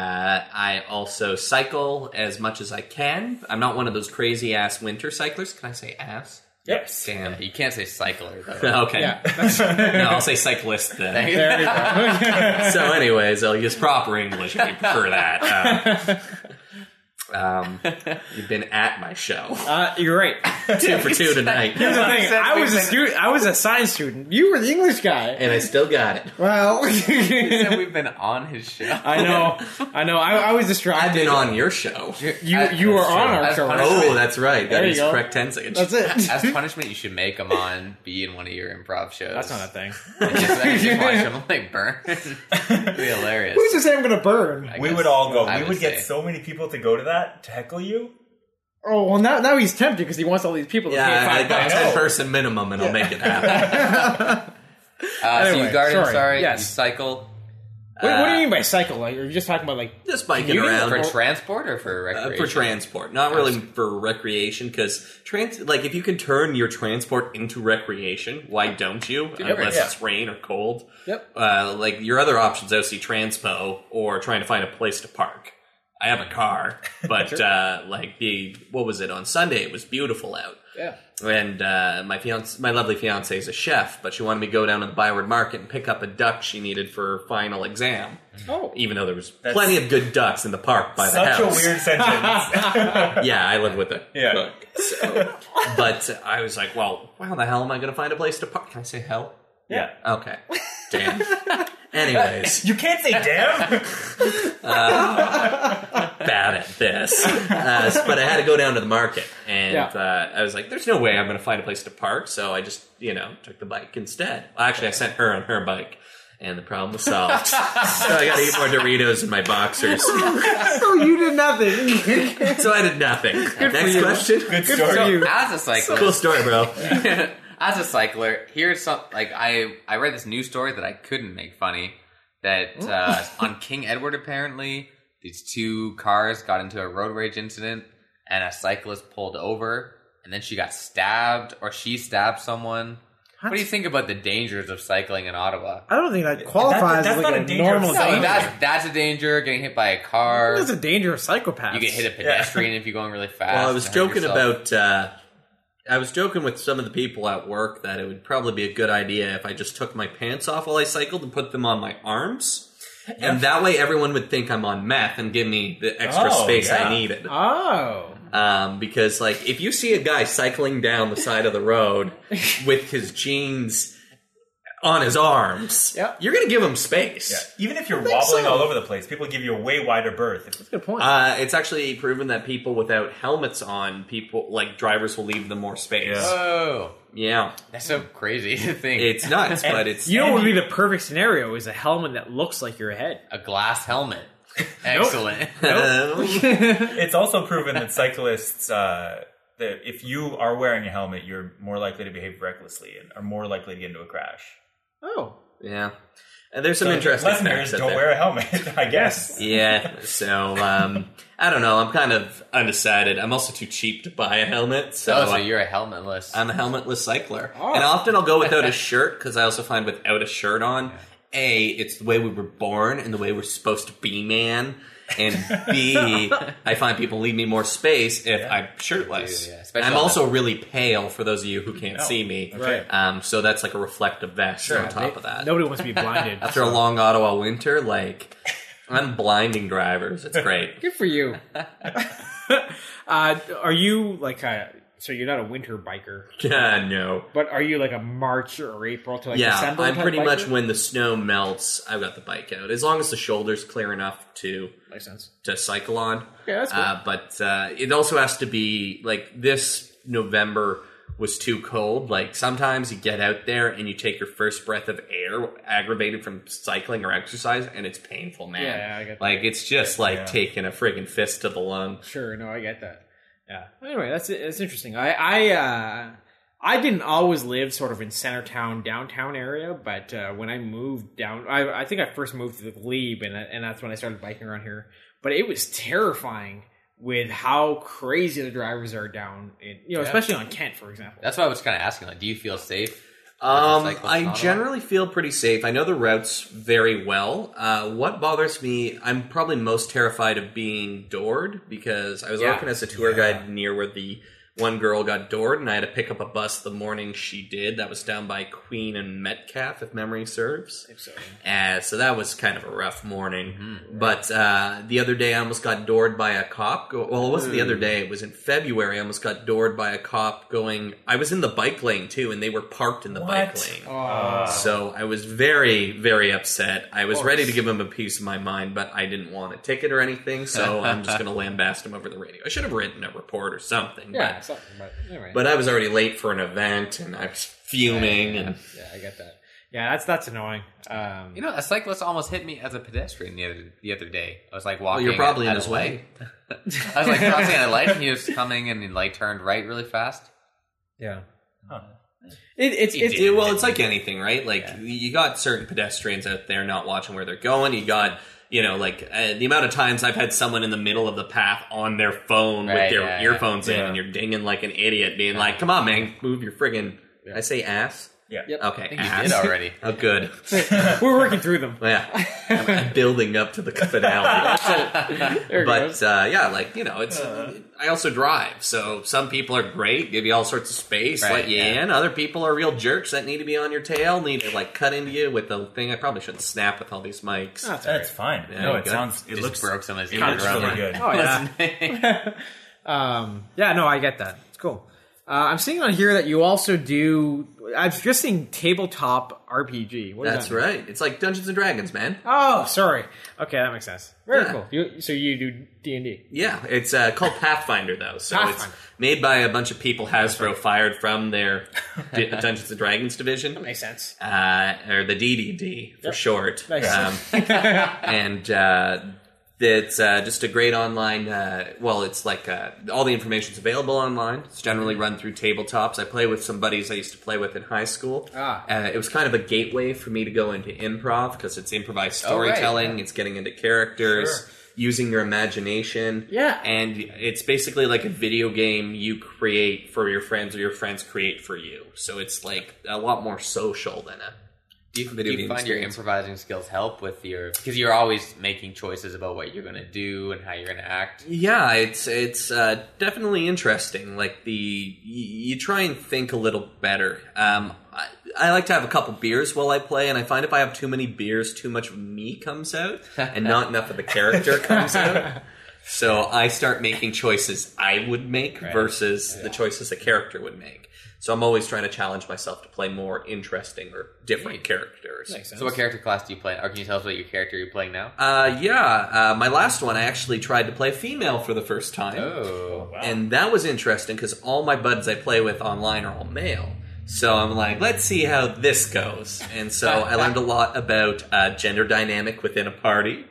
B: I also cycle as much as I can. I'm not one of those crazy ass winter cyclers. Can I say ass?
D: Yes.
B: Damn.
C: You can't say cycler though.
B: Okay. no, I'll say cyclist then. so, anyways, I'll use proper English if you prefer that. Uh, um, you've been at my show
A: Uh, you're right.
B: two for two
A: Here's the
B: tonight,
A: thing. I was a student. I was a science student. You were the English guy.
B: and I still got it.
A: Well,
C: Said We've been on his show.
A: I know. I know. I, I was
B: I've
A: distracted.
B: been on your show.
A: you you were on our
C: That's
A: show.
C: fine.
A: right?
B: Oh, that's right. That
A: There you
B: is
A: go.
B: correct tenseage.
A: That's it.
C: As punishment, you should make him on be in one of your improv shows.
A: That's not a thing.
C: just, I just watch him like burn. It'd be hilarious.
A: Who's to say I'm gonna burn?
C: I
D: We
C: guess.
D: would all go.
C: I
D: we would get
C: say.
D: so many people to go to that to heckle you.
A: Oh well, now now he's tempted because he wants all these people to pay
B: Yeah, I
A: five
B: got
A: bucks.
D: know.
B: ten person minimum, and I'll make it happen.
C: Uh, so
A: Anyway,
C: you garden,
A: sorry.
C: sorry.
A: Yes.
C: You cycle
A: Wait, what do you mean by cycle? Like, are you just talking about like?
B: Just biking
A: Commuting
B: around
C: for transport or for
B: Uh,
C: recreation?
B: for transport, not really for recreation, because trans like if you can turn your transport into recreation, why don't you? Unless
A: yeah.
B: it's rain or cold.
A: Yep.
B: Uh, like your other options, OC Transpo or trying to find a place to park. I have a car, but uh, like the what was it on Sunday? It was beautiful out.
A: Yeah.
B: And uh, my fiance, my lovely fiance, is a chef, but she wanted me to go down to the Byward Market and pick up a duck she needed for her final exam.
A: Oh.
B: Even though there was
D: That's-
B: plenty of good ducks in the park by the
D: Such
B: house.
D: a weird sentence.
B: Yeah, I live with it.
D: Yeah.
B: But, so- but I was like, well, how the hell am I going to find a place to park? Can I say hell?
D: yeah.
B: Okay. Damn. Anyways,
D: You can't say damn.
B: bad at this. Uh, s- but I had to go down to the market, and
A: Yeah.
B: uh, I was like, there's no way I'm going to find a place to park, so I just, you know, took the bike instead. Well, actually, I sent her on her bike. And the problem was solved. so I got to eat more Doritos in my boxers.
A: Oh, you did nothing.
B: So I did nothing. Next question.
D: Good story.
A: for you.
C: As a cyclist,
B: Cool story, bro.
C: as a cycler, here's some like I I read this news story that I couldn't make funny that uh, on King Edward apparently these two cars got into a road rage incident and a cyclist pulled over and then she got stabbed or she stabbed someone. What, do you think about the dangers of cycling in Ottawa?
A: I don't think that qualifies
D: that's
A: as
D: not
A: like
D: a
A: a,
D: dangerous
A: normal
D: cycle.
C: No,
A: danger.
C: that's that's a danger. Getting hit by a car,
A: That's a danger of psychopaths.
C: you get hit a pedestrian if you're going really fast.
B: Well, I was
C: and hurt
B: joking
C: yourself.
B: about. Uh, I was joking with some of the people at work that it would probably be a good idea if I just took my pants off while I cycled and put them on my arms, and that way everyone would think I'm on meth and give me the extra
D: Oh,
B: space
D: yeah.
B: I needed.
A: Oh.
B: Um, because like if you see a guy cycling down the side of the road with his jeans on his arms,
A: Yep.
B: you're gonna give him space.
D: Yeah. Even if you're wobbling
A: so.
D: all over the place, people give you a way wider berth.
A: Good point.
B: Uh, it's actually proven that people without helmets on, people like drivers will leave them more space.
D: Yeah.
C: Oh,
B: yeah.
C: that's so crazy to think.
B: It's nuts, but it's
A: you know what would be
D: Andy-
A: the perfect scenario is a helmet that looks like your head.
C: a glass helmet. Excellent.
B: Nope.
D: It's also proven that cyclists, uh, that if you are wearing a helmet, you're more likely to behave recklessly and are more likely to get into a crash.
A: Oh.
B: yeah. And there's some interesting
D: Listeners,
B: facts out
D: don't
B: there.
D: wear a helmet. I guess.
B: Yeah. So um, I don't know. I'm kind of undecided. I'm also too cheap to buy a helmet, so,
C: oh, so you're a helmetless.
B: I'm a helmetless cycler.
A: Oh.
B: And often I'll go without a shirt because I also find without a shirt on, a it's the way we were born and the way we're supposed to be, man. And B, I find people leave me more space if I'm shirtless.
C: do, yeah. Especially
B: I'm
C: on
B: also really pale for those of you who can't see me.
D: Okay.
B: Um, so that's like a reflective vest on top of that.
A: Nobody wants to be blinded.
B: after a long Ottawa winter, like I'm blinding drivers. It's great.
A: Good for you. uh, are you like a, so you're not a winter biker,
B: Yeah, no.
A: but are you like a March or April to like
B: Yeah,
A: December?
B: I'm
A: type
B: pretty
A: biker?
B: much when the snow melts, I've got the bike out. As long as the shoulder's clear enough to
A: Makes sense.
B: to cycle on.
A: Yeah, that's cool.
B: Uh, but uh, it also has to be like this November was too cold. Like sometimes you get out there and you take your first breath of air, aggravated from cycling or exercise, and it's painful, man.
A: Yeah, I get that.
B: like it's just like
D: Yeah.
B: taking a friggin' fist to the lung.
A: Sure, no, I get that. Yeah. Anyway, that's that's interesting. I I uh, I didn't always live sort of in center town, downtown area, but uh, when I moved down, I, I think I first moved to the Glebe, and and that's when I started biking around here. But it was terrifying with how crazy the drivers are down in, you know, especially on Kent, for example.
C: That's why I was kind of asking. Like, do you feel safe?
B: Um,
C: cycle's not
B: I
C: on.
B: generally feel pretty safe. I know the routes very well. Uh, what bothers me, I'm probably most terrified of being doored because I was
A: Yeah.
B: working as a tour guide near where the one girl got doored, and I had to pick up a bus the morning she did. That was down by Queen and Metcalf, if memory serves. Uh, so that was kind of a rough morning.
C: Hmm.
B: But uh, the other day, I almost got doored by a cop. Go- well, it wasn't the other day. It was in February. I almost got doored by a cop going. I was in the bike lane too, and they were parked in the bike
D: What?
B: lane.
A: Uh,
B: So I was very, very upset. I was
A: course.
B: ready to give him a piece of my mind, but I didn't want a ticket or anything. So I'm just going to lambaste him over the radio. I should have written a report or something.
E: Yeah,
B: But,
E: something, but anyway.
B: but I was already late for an event, and I was fuming. And
E: yeah, I get that.
A: yeah, that's that's annoying. Um,
C: You know, a cyclist almost hit me as a pedestrian the other the other day. I was like
B: well,
C: walking.
B: you're probably in
C: at a
B: his
C: light.
B: way.
C: I was like crossing at a light, and he was coming, and he like turned right really fast.
A: yeah.
D: Huh.
A: It, it's it's
B: Yeah, well, it's like anything, right? Like you got certain pedestrians out there not watching where they're going. You got you know like uh, the amount of times I've had someone in the middle of the path on their phone with
C: Right,
B: their
C: yeah,
B: earphones in,
D: yeah.
B: and you're dinging like an idiot, being like, "Come on, man, move your friggin' I say ass."
D: Yeah.
E: Yep.
B: Okay,
C: I think he
B: ass.
C: did already.
B: Oh, good.
A: we're working through them.
B: Well, yeah, I'm, I'm building up to the finale.
E: There it
B: But
E: goes.
B: uh, yeah, like you know, it's. I also drive, so some people are great, give you all sorts of space,
C: Right,
B: let you
C: yeah.
B: in. Other people are real jerks that need to be on your tail, need to like cut into you with the thing. I probably shouldn't snap with all these mics.
A: That's
D: That's fine.
B: Yeah,
D: no, it
B: good.
D: sounds. It
C: Just
D: looks.
C: broke somebody's
D: It
C: ear
D: looks
C: around
D: really
C: the-
D: good.
A: Oh yeah. Um, yeah, no, I get that. It's cool. Uh, I'm seeing on here that you also do. I'm just seeing tabletop RPG. What does
B: That's
A: that mean?
B: right. It's like Dungeons and Dragons, man.
A: Oh, sorry. Okay, that makes sense. Very
B: Yeah.
A: cool. You, so you do D and D.
B: Yeah, it's uh, called Pathfinder though. So
A: Pathfinder.
B: it's made by a bunch of people Hasbro fired from their D- Dungeons and Dragons division.
A: Makes sense.
B: uh, or the DDD for short. Um,
A: Nice.
B: and uh, it's uh, just a great online. Uh, well, it's like uh, all the information's available online. It's generally run through tabletops. I play with some buddies I used to play with in high school.
A: Ah.
B: Uh, it was kind of a gateway for me to go into improv because it's improvised
C: Oh, right.
B: storytelling. It's getting into characters.
D: Sure.
B: Using your imagination,
A: Yeah.
B: and it's basically like a video game you create for your friends, or your friends create for you. So it's like a lot more social than a
C: Do you,
B: Video
C: do you
B: game
C: find your
B: experience.
C: improvising skills help with your because you're always making choices about what you're going to do and how you're going to act?
B: Yeah, it's it's uh, definitely interesting. Like the y- you try and think a little better. Um, I, I like to have a couple beers while I play, and I find if I have too many beers, too much of me comes out, and not enough of the character comes out. So I start making choices I would make versus the choices the character would make. So I'm always trying to challenge myself to play more interesting or different characters.
C: So, what character class do you play? Or can you tell us what your character you're playing now?
B: Uh, yeah, uh, my last one, I actually tried to play female for the first time.
C: Oh,
D: Wow.
B: And that was interesting because all my buds I play with online are all male. So I'm like, let's see how this goes. And so I learned a lot about uh, gender dynamic within a party.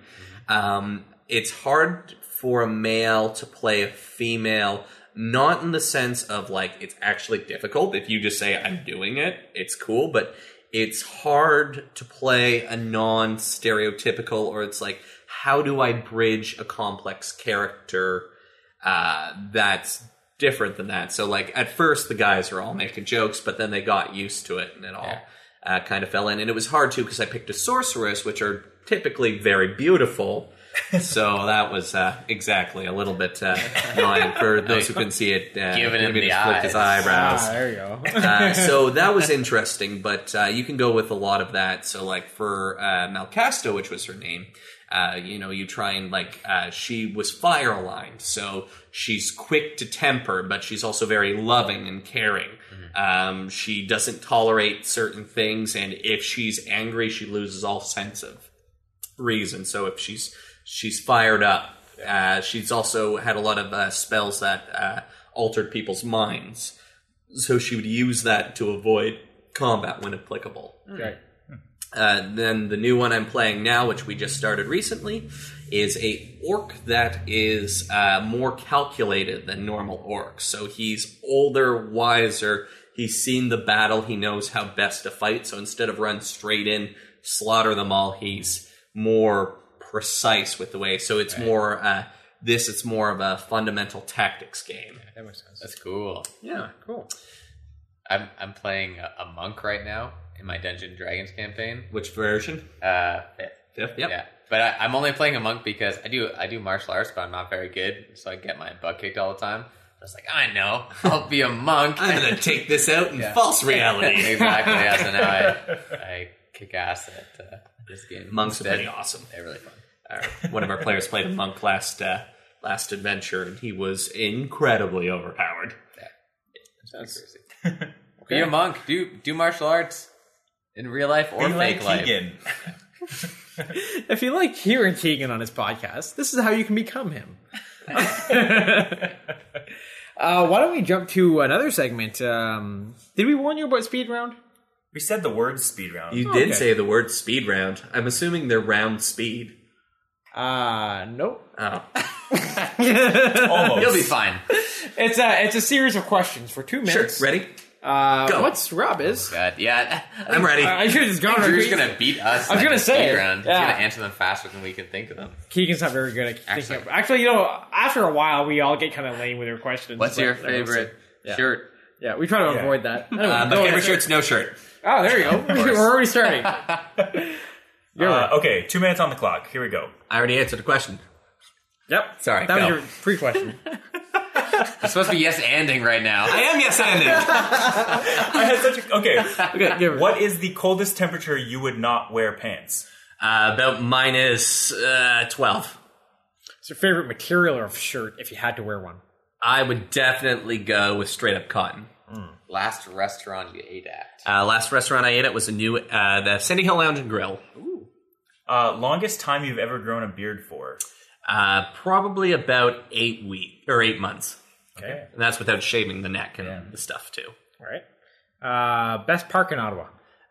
B: Um, it's hard for a male to play a female, not in the sense of like it's actually difficult. If you just say, I'm doing it, it's cool. But it's hard to play a non stereotypical, or it's like, how do I bridge a complex character? uh, that's different than that. So like at first the guys were all making jokes, but then they got used to it and it all uh, kind of fell in. And it was hard too because I picked a sorceress, which are typically very beautiful. so that was uh, exactly a little bit uh, annoying for those who couldn't see it. Uh,
C: Giving him
B: maybe
C: the
B: just flicked his
C: eyes.
B: eyebrows.
A: Ah, there you go.
B: Uh, so that was interesting, but uh, you can go with a lot of that. So, like for uh, Malcasta, which was her name, uh, you know, you try and like uh, she was fire aligned, so she's quick to temper, but she's also very loving and caring. Um, she doesn't tolerate certain things, and if she's angry, she loses all sense of reason. So if she's she's fired up, uh, she's also had a lot of uh, spells that uh, altered people's minds. So she would use that to avoid combat when applicable.
A: Great.
B: Uh, then the new one I'm playing now, which we just started recently, is a orc that is uh, more calculated than normal orcs. So he's older, wiser. He's seen the battle. He knows how best to fight. So instead of run straight in, slaughter them all, he's more precise with the way. So it's more uh, this. It's more of a fundamental tactics game.
A: That makes sense.
C: that's cool.
B: Yeah.
A: Cool.
C: I'm I'm playing a, a monk right now in my Dungeon and Dragons campaign.
B: Which version?
C: Uh, fifth.
B: Fifth.
C: Yeah, but I, I'm only playing a monk because I do I do martial arts, but I'm not very good, so I get my butt kicked all the time. I was like, I know, I'll be a monk.
B: I'm gonna take this out in
C: Yeah.
B: false reality.
C: exactly. Yeah, so now I, I kick ass at uh, this game.
B: Monks are
C: instead.
B: pretty awesome.
C: They're really fun.
B: Our- one of our players played a monk last uh, last adventure, and he was incredibly overpowered.
C: Sounds crazy. Be a monk. Do do martial arts in real life or
D: Be like
C: fake life.
D: Keegan.
A: If you like hearing Keegan on his podcast, this is how you can become him. uh, why don't we jump to another segment? Um, did we warn you about speed round?
D: We said the word speed round.
B: You
A: Oh, Okay.
B: did say the word speed round. I'm assuming they're round speed.
A: Uh, nope.
B: Oh,
D: Almost.
C: You'll be fine.
A: It's a it's a series of questions for two
B: sure.
A: minutes.
B: Ready?
A: Uh,
B: Go. Uh,
A: What's Rob is?
C: God, yeah.
B: I'm ready.
A: I should just gone.
C: Drew's gonna beat us.
A: I was
C: in
A: gonna
C: the
A: say,
C: speed round. He's
A: yeah.
C: gonna answer them faster than we can think of them.
A: Keegan's not very good at thinking.
C: Actually-
A: Of, actually, you know, after a while, we all get kind of lame with our questions.
C: What's
A: but-
C: your favorite
A: Yeah.
C: shirt?
A: Yeah, we try to
D: Yeah.
A: avoid that.
B: Uh, my
A: No,
B: favorite
A: that's-
B: shirt's no shirt.
A: Oh, there you go. We're already starting. You're
D: Uh,
A: right.
D: okay, two minutes on the clock. Here we go.
B: I already answered the question.
A: Yep.
B: Sorry,
A: That was
B: go.
A: your pre-question.
C: It's supposed to be yes anding right now.
B: I am yes and
D: I had such a, okay.
A: okay, give it.
D: What is the coldest temperature you would not wear pants?
B: uh, about minus uh, twelve.
A: What's your favorite material of shirt if you had to wear one?
B: I would definitely go with straight up cotton.
C: Last restaurant you ate at.
B: Uh, last restaurant I ate at was a new uh, the Sandy Hill Lounge and Grill.
D: Uh, longest time you've ever grown a beard for?
B: Uh, probably about eight week or eight months,
D: Okay.
B: and that's without shaving the neck and the stuff too.
A: All right. Uh, best park in Ottawa.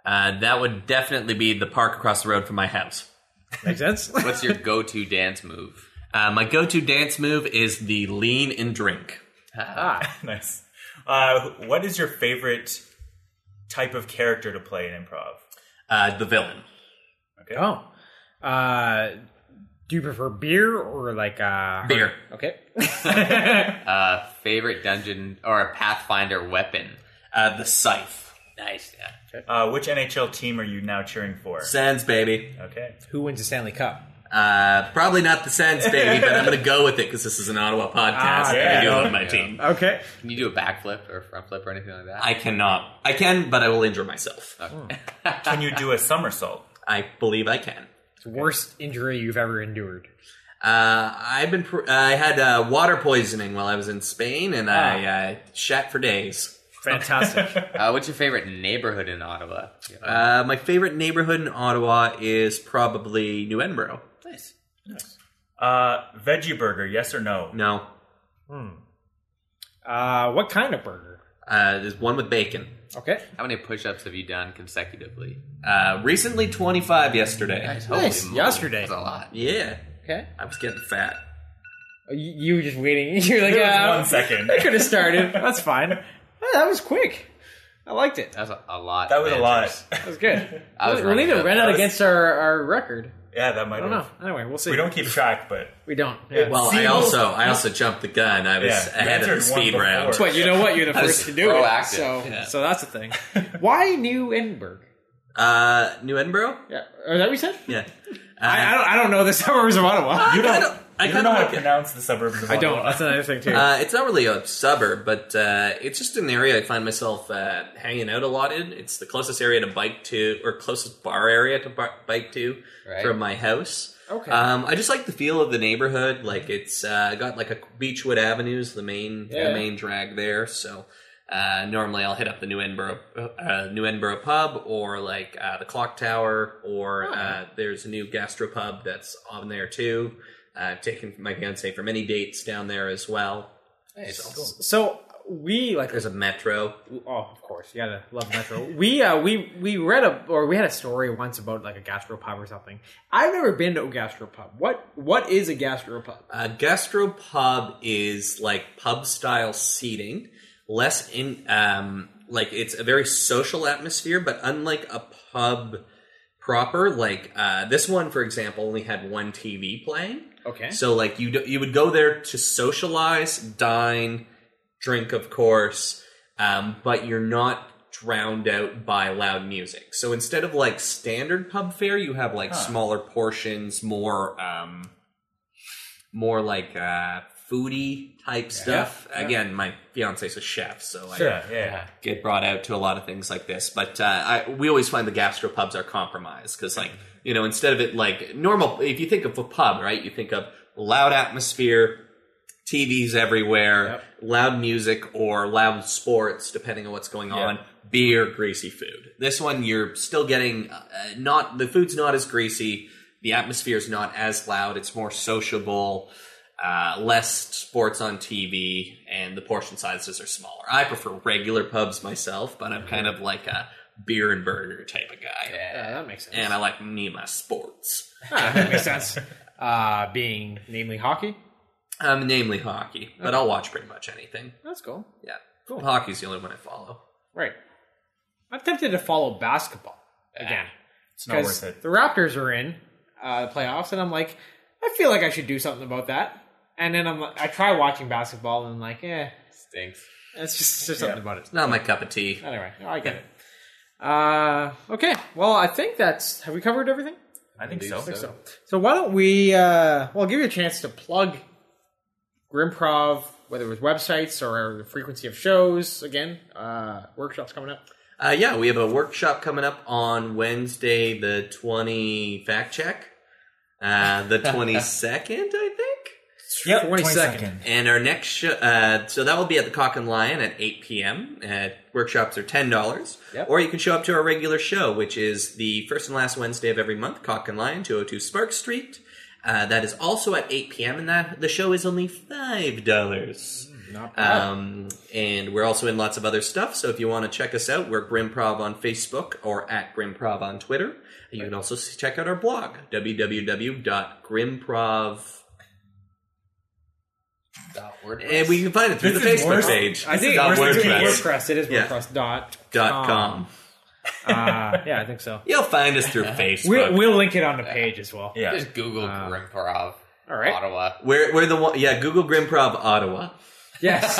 B: Uh, that would definitely be the park across the road from my house.
A: Makes sense.
C: What's your go-to dance move?
B: Uh, my go to dance move is the lean and drink.
A: ah,
D: Nice. Uh, what is your favorite type of character to play in improv?
B: Uh, the villain.
D: Okay.
A: oh. Uh, do you prefer beer or like uh,
B: Beer.
A: Okay.
C: Uh, favorite dungeon or Pathfinder weapon?
B: Uh, the scythe.
C: Nice. Yeah.
D: Uh, which NHL team are you now cheering for?
B: Sands, baby.
D: Okay.
A: Who wins the Stanley Cup?
B: Uh, probably not the Sands, baby, but I'm going to go with it because this is an Ottawa podcast.
A: Ah,
B: and
D: yeah.
B: I do love my team.
A: Okay.
C: Can you do a backflip or a front flip or anything like that?
B: I cannot. I can, but I will injure myself.
D: Can you do a somersault?
B: I believe I can.
A: Worst injury you've ever endured.
B: Uh, I've been. Pr- I had uh, water poisoning while I was in Spain, and
D: Ah.
B: I uh, shat for days.
A: Fantastic.
C: Uh, what's your favorite neighborhood in Ottawa?
B: Uh, my favorite neighborhood in Ottawa is probably New Edinburgh.
C: nice.
D: Uh, veggie burger, yes or no?
B: No,
A: uh, what kind of burger?
B: uh, there's one with bacon.
A: Okay.
C: How many push-ups have you done consecutively?
B: Uh, recently, 25 yesterday.
A: Nice.
C: moly,
A: Yesterday.
C: That's a lot.
B: Yeah,
A: Okay.
B: I was getting fat.
A: You, you were just waiting. You're like,
D: That
A: uh,
D: was one second.
A: I could have started. That's fine. Oh, that was quick. I liked it.
C: That's a, a lot.
D: That was a
C: man.
D: lot.
A: That was good.
C: I was
A: we need to
C: running
A: run out
D: up.
A: against our, our record.
D: Yeah, that might
A: I don't
D: have.
A: know. Anyway, we'll see.
D: We don't keep track, but
A: We don't. Yeah.
B: Well, I
D: See,
B: also I also jumped the gun. I was
D: Yeah, you
B: ahead of the
D: answered one
B: speed
D: before.
B: round.
A: but you know what? You're the
B: I was
A: first to do it.
C: proactive.
A: So,
B: Yeah.
A: so that's the thing. Why New Edinburgh?
B: Uh, New Edinburgh.
A: Yeah. Or that we said?
B: Yeah,
A: I, I don't. I don't know the suburbs of Ottawa.
D: you don't.
B: don't- I
D: you
B: kinda
D: don't know how to
B: like it.
D: pronounce the suburbs. Of
A: I don't.
D: Ottawa.
A: That's another thing too.
B: Uh, it's not really a suburb, but uh, it's just an area I find myself uh, hanging out a lot in. It's the closest area to bike to, or closest bar area to bar- bike to
C: Right.
B: from my house.
A: Okay.
B: Um, I just like the feel of the neighborhood. Like it's uh, got like a Beechwood Avenue's the main
A: Yeah.
B: the main drag there. So uh, normally I'll hit up the New Edinburgh uh, New Edinburgh pub or like uh, the Clock Tower or uh, there's a new gastropub that's on there too. Uh, I've taken my fiance for many dates down there as well.
C: Nice.
A: so we like.
B: There's a metro.
A: Oh, of course, you gotta love Metro. we uh, we we read a or we had a story once about like a gastropub or something. I've never been to a gastropub. What what is a gastropub?
B: A gastropub is like pub style seating, less in um like it's a very social atmosphere, but unlike a pub proper, like uh, this one for example only had one TV playing.
A: Okay,
B: So like you do, you would go there to socialize, dine, drink, of course, um, but you're not drowned out by loud music. So instead of like standard pub fare, you have like smaller portions, more um more like uh foodie type stuff. Again, my fiance's a chef, so I
D: Yeah, yeah.
B: get brought out to a lot of things like this. But uh, I, we always find the gastropubs are compromised because, like, you know, instead of it like normal, if you think of a pub, right, you think of loud atmosphere, TVs everywhere, loud music or loud sports, depending on what's going on, beer, greasy food. This one, you're still getting uh, not the food's not as greasy, the atmosphere's not as loud, it's more sociable. Uh, less sports on TV, and the portion sizes are smaller. I prefer regular pubs myself, but I'm kind of like a beer and burger type of guy,
A: Yeah, that makes sense.
B: and I like me my sports,
A: Ah, that makes sense. Uh, being namely hockey.
B: um, namely hockey. But I'll watch pretty much anything.
A: That's cool.
B: Yeah, hockey's the only one I follow.
A: Right. I'm tempted to follow basketball again.
D: It's not worth it.
A: The Raptors are in uh, the playoffs, and I'm like, I feel like I should do something about that. And then I'm like, I try watching basketball, and I'm like, eh,
C: Stinks.
A: it's just there's something about it.
B: Not my cup of tea.
A: Anyway, I get it. Uh, okay, well, I think that's. Have we covered everything?
D: I think so.
C: so.
A: So why don't we? Uh, well, I'll give you a chance to plug Grimprov, whether it was websites or the frequency of shows. Again, uh, workshops coming up.
B: Uh, yeah, we have a workshop coming up on Wednesday, the twenty fact check, uh, the twenty second, I think.
D: Yep,
A: 22nd.
B: And our next show, uh, so that will be at the Cock and Lion at 8 p.m. Uh, workshops are $10.
A: Yep.
B: Or you can show up to our regular show, which is the first and last Wednesday of every month, Cock and Lion, 202 Spark Street. Uh, that is also at 8 p.m., and that the show is only $5.
A: Not bad.
B: Um, and we're also in lots of other stuff. So if you want to check us out, we're Grimprov on Facebook or at Grimprov on Twitter. You can also s- check out our blog, www.grimprov.
C: Dot word.
B: And we can find it through
D: This
B: the
D: is
B: Facebook
D: worse-
B: page.
A: I think
B: Dot
A: it's WordPress.
B: WordPress.
A: WordPress. It is
B: Yeah.
A: WordPress dot
B: Dot com.
A: Uh, yeah, I think so.
B: You'll find us through Facebook.
A: We'll, we'll link it on the page as well.
D: Yeah.
C: Just Google
A: Uh,
C: Grimprov.
A: All right.
C: Ottawa.
B: We're, we're the one, yeah, Google Grimprov Ottawa.
A: Yes,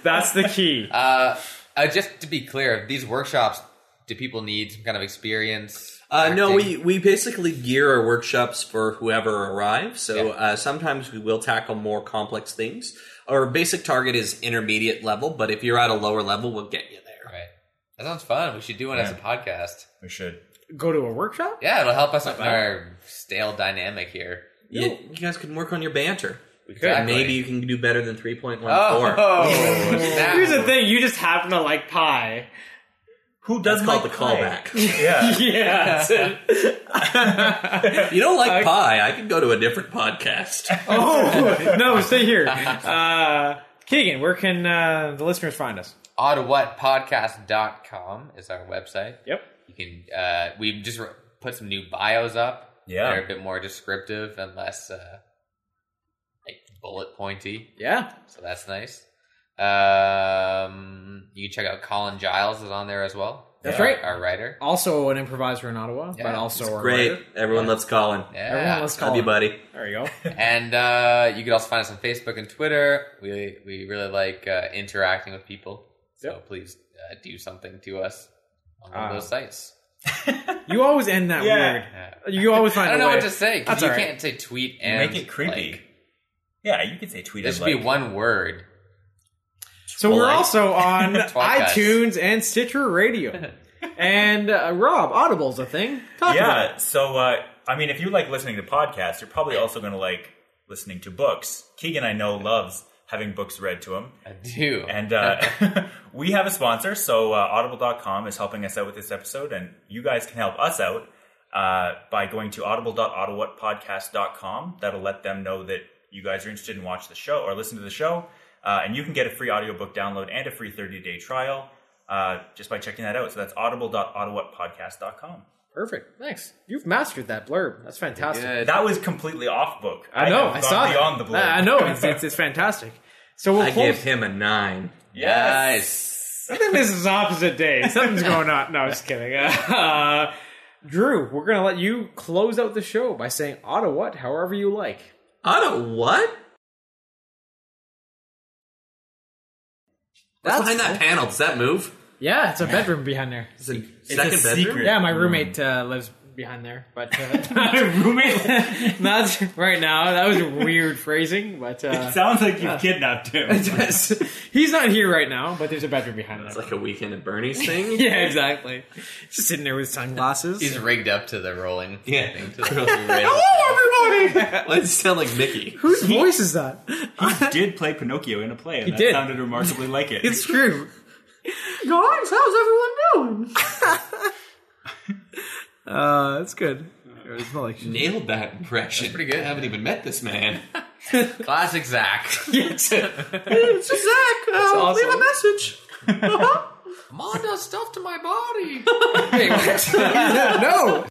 A: that's the key.
C: Uh, uh, just to be clear, these workshops, do people need some kind of experience?
B: Uh, no,
C: acting?
B: we, we basically gear our workshops for whoever arrives. So uh, sometimes we will tackle more complex things. Our basic target is intermediate level, but if you're at a lower level, we'll get you there.
C: Right. That sounds fun. We should do one as a
D: Yeah.
C: podcast.
D: We should.
A: Go to a workshop.
C: Yeah, it'll help us with our stale dynamic here.
B: You, you guys can work on your banter.
C: We could
B: Maybe you can do better than 3.14.
C: Oh, snap.
A: Here's the thing: you just happen to like pie.
D: Who
B: That's
D: like
B: called the callback.
D: Yeah.
A: Yeah. that's it.
B: you don't like
A: Okay.
B: pie. I could go to a different podcast.
A: oh no, stay here. Uh, Keegan, where can uh, the listeners find us?
C: ottawatpodcast.com is our website.
A: Yep.
C: You can uh, we've just re- put some new bios up.
D: Yeah.
C: they're a bit more descriptive and less uh, like bullet pointy.
A: Yeah.
C: So that's nice. Um, you can check out Colin Giles is on there as well.
A: That's
C: Our-
A: right.
C: our writer.
A: Also an improviser in Ottawa, but
C: Yeah,
A: also a
B: Great.
A: writer.
B: Everyone loves Colin.
A: Everyone
C: Yeah,
A: let's
B: Love
A: call
B: you,
A: him.
B: buddy.
A: There you go.
C: and uh, you can also find us on Facebook and Twitter. We we really like uh, interacting with people, so
A: Yep.
C: please uh, do something to us on one
A: Ah.
C: of those sites.
A: You always end that
D: Yeah.
C: Yeah.
A: weird. You always find.
C: I don't
A: a
C: know
A: way.
C: what to say because
A: That's
C: you
A: all right.
C: can't say tweet and
D: Make it creepy.
C: Like,
D: yeah, you could say tweet
C: this
D: it
C: should
D: like,
C: be one word.
A: So we're
C: Twilight.
A: also on
C: Twilight guys.
A: iTunes and Stitcher Radio. and uh, Rob, Audible's a thing. Talk about
D: Yeah.
A: it.
D: So uh, I mean, if you like listening to podcasts, you're probably also going to like listening to books. Keegan, I know, loves having books read to him.
C: I do.
D: And uh, we have a sponsor, so uh, audible.com is helping us out with this episode, and you guys can help us out uh, by going to audible.ottawapodcast.com. That'll let them know that you guys are interested in watch the show or listen to the show, uh, and you can get a free audiobook download and a free 30-day trial uh, just by checking that out. So that's audible.ottawapodcast.com.
A: Perfect. Thanks. You've mastered that blurb. That's fantastic.
C: Good.
D: That was completely off book.
A: I know.
D: have
A: I
D: gone
A: saw
D: beyond
A: that.
D: the blue.
A: I I know. It's, it's, it's fantastic. So
D: Oh,
A: we'll
B: I
A: close.
B: give him a nine.
C: Yes.
A: I think this is opposite day. Something's going on. No, I'm just kidding. Uh, Drew, we're going to let you close out the show by saying auto what, however you like.
B: Otto, what? What's behind that panel? Does that move?
A: Yeah, it's a bedroom behind there.
B: It's a
D: It's a
B: second bedroom.
D: secret.
A: Yeah, my roommate uh, lives behind there, but uh, my roommate not right now. That was weird phrasing, but uh,
D: Sounds like you've kidnapped him.
A: he's not here right now. But there's a bedroom behind
B: It's
A: there.
B: like a weekend at Bernie's thing.
A: yeah, exactly. Just sitting there with sunglasses.
C: He's rigged up to the rolling.
B: Yeah.
C: Thing, to the rolling rail.
B: Hello, everybody. Let's sound like Mickey.
A: Whose voice is that?
D: he did play Pinocchio in a play, and that
A: did.
D: sounded remarkably like it.
A: It's true.
B: Guys, how's everyone doing?
A: Uh, that's good. It was more like
B: Nailed that impression.
C: pretty good.
B: I haven't even met this man.
C: Classic Zach.
B: it's just Zach. Uh,
A: leave a
B: message. Uh-huh.
C: Mom does stuff to my body.
A: no.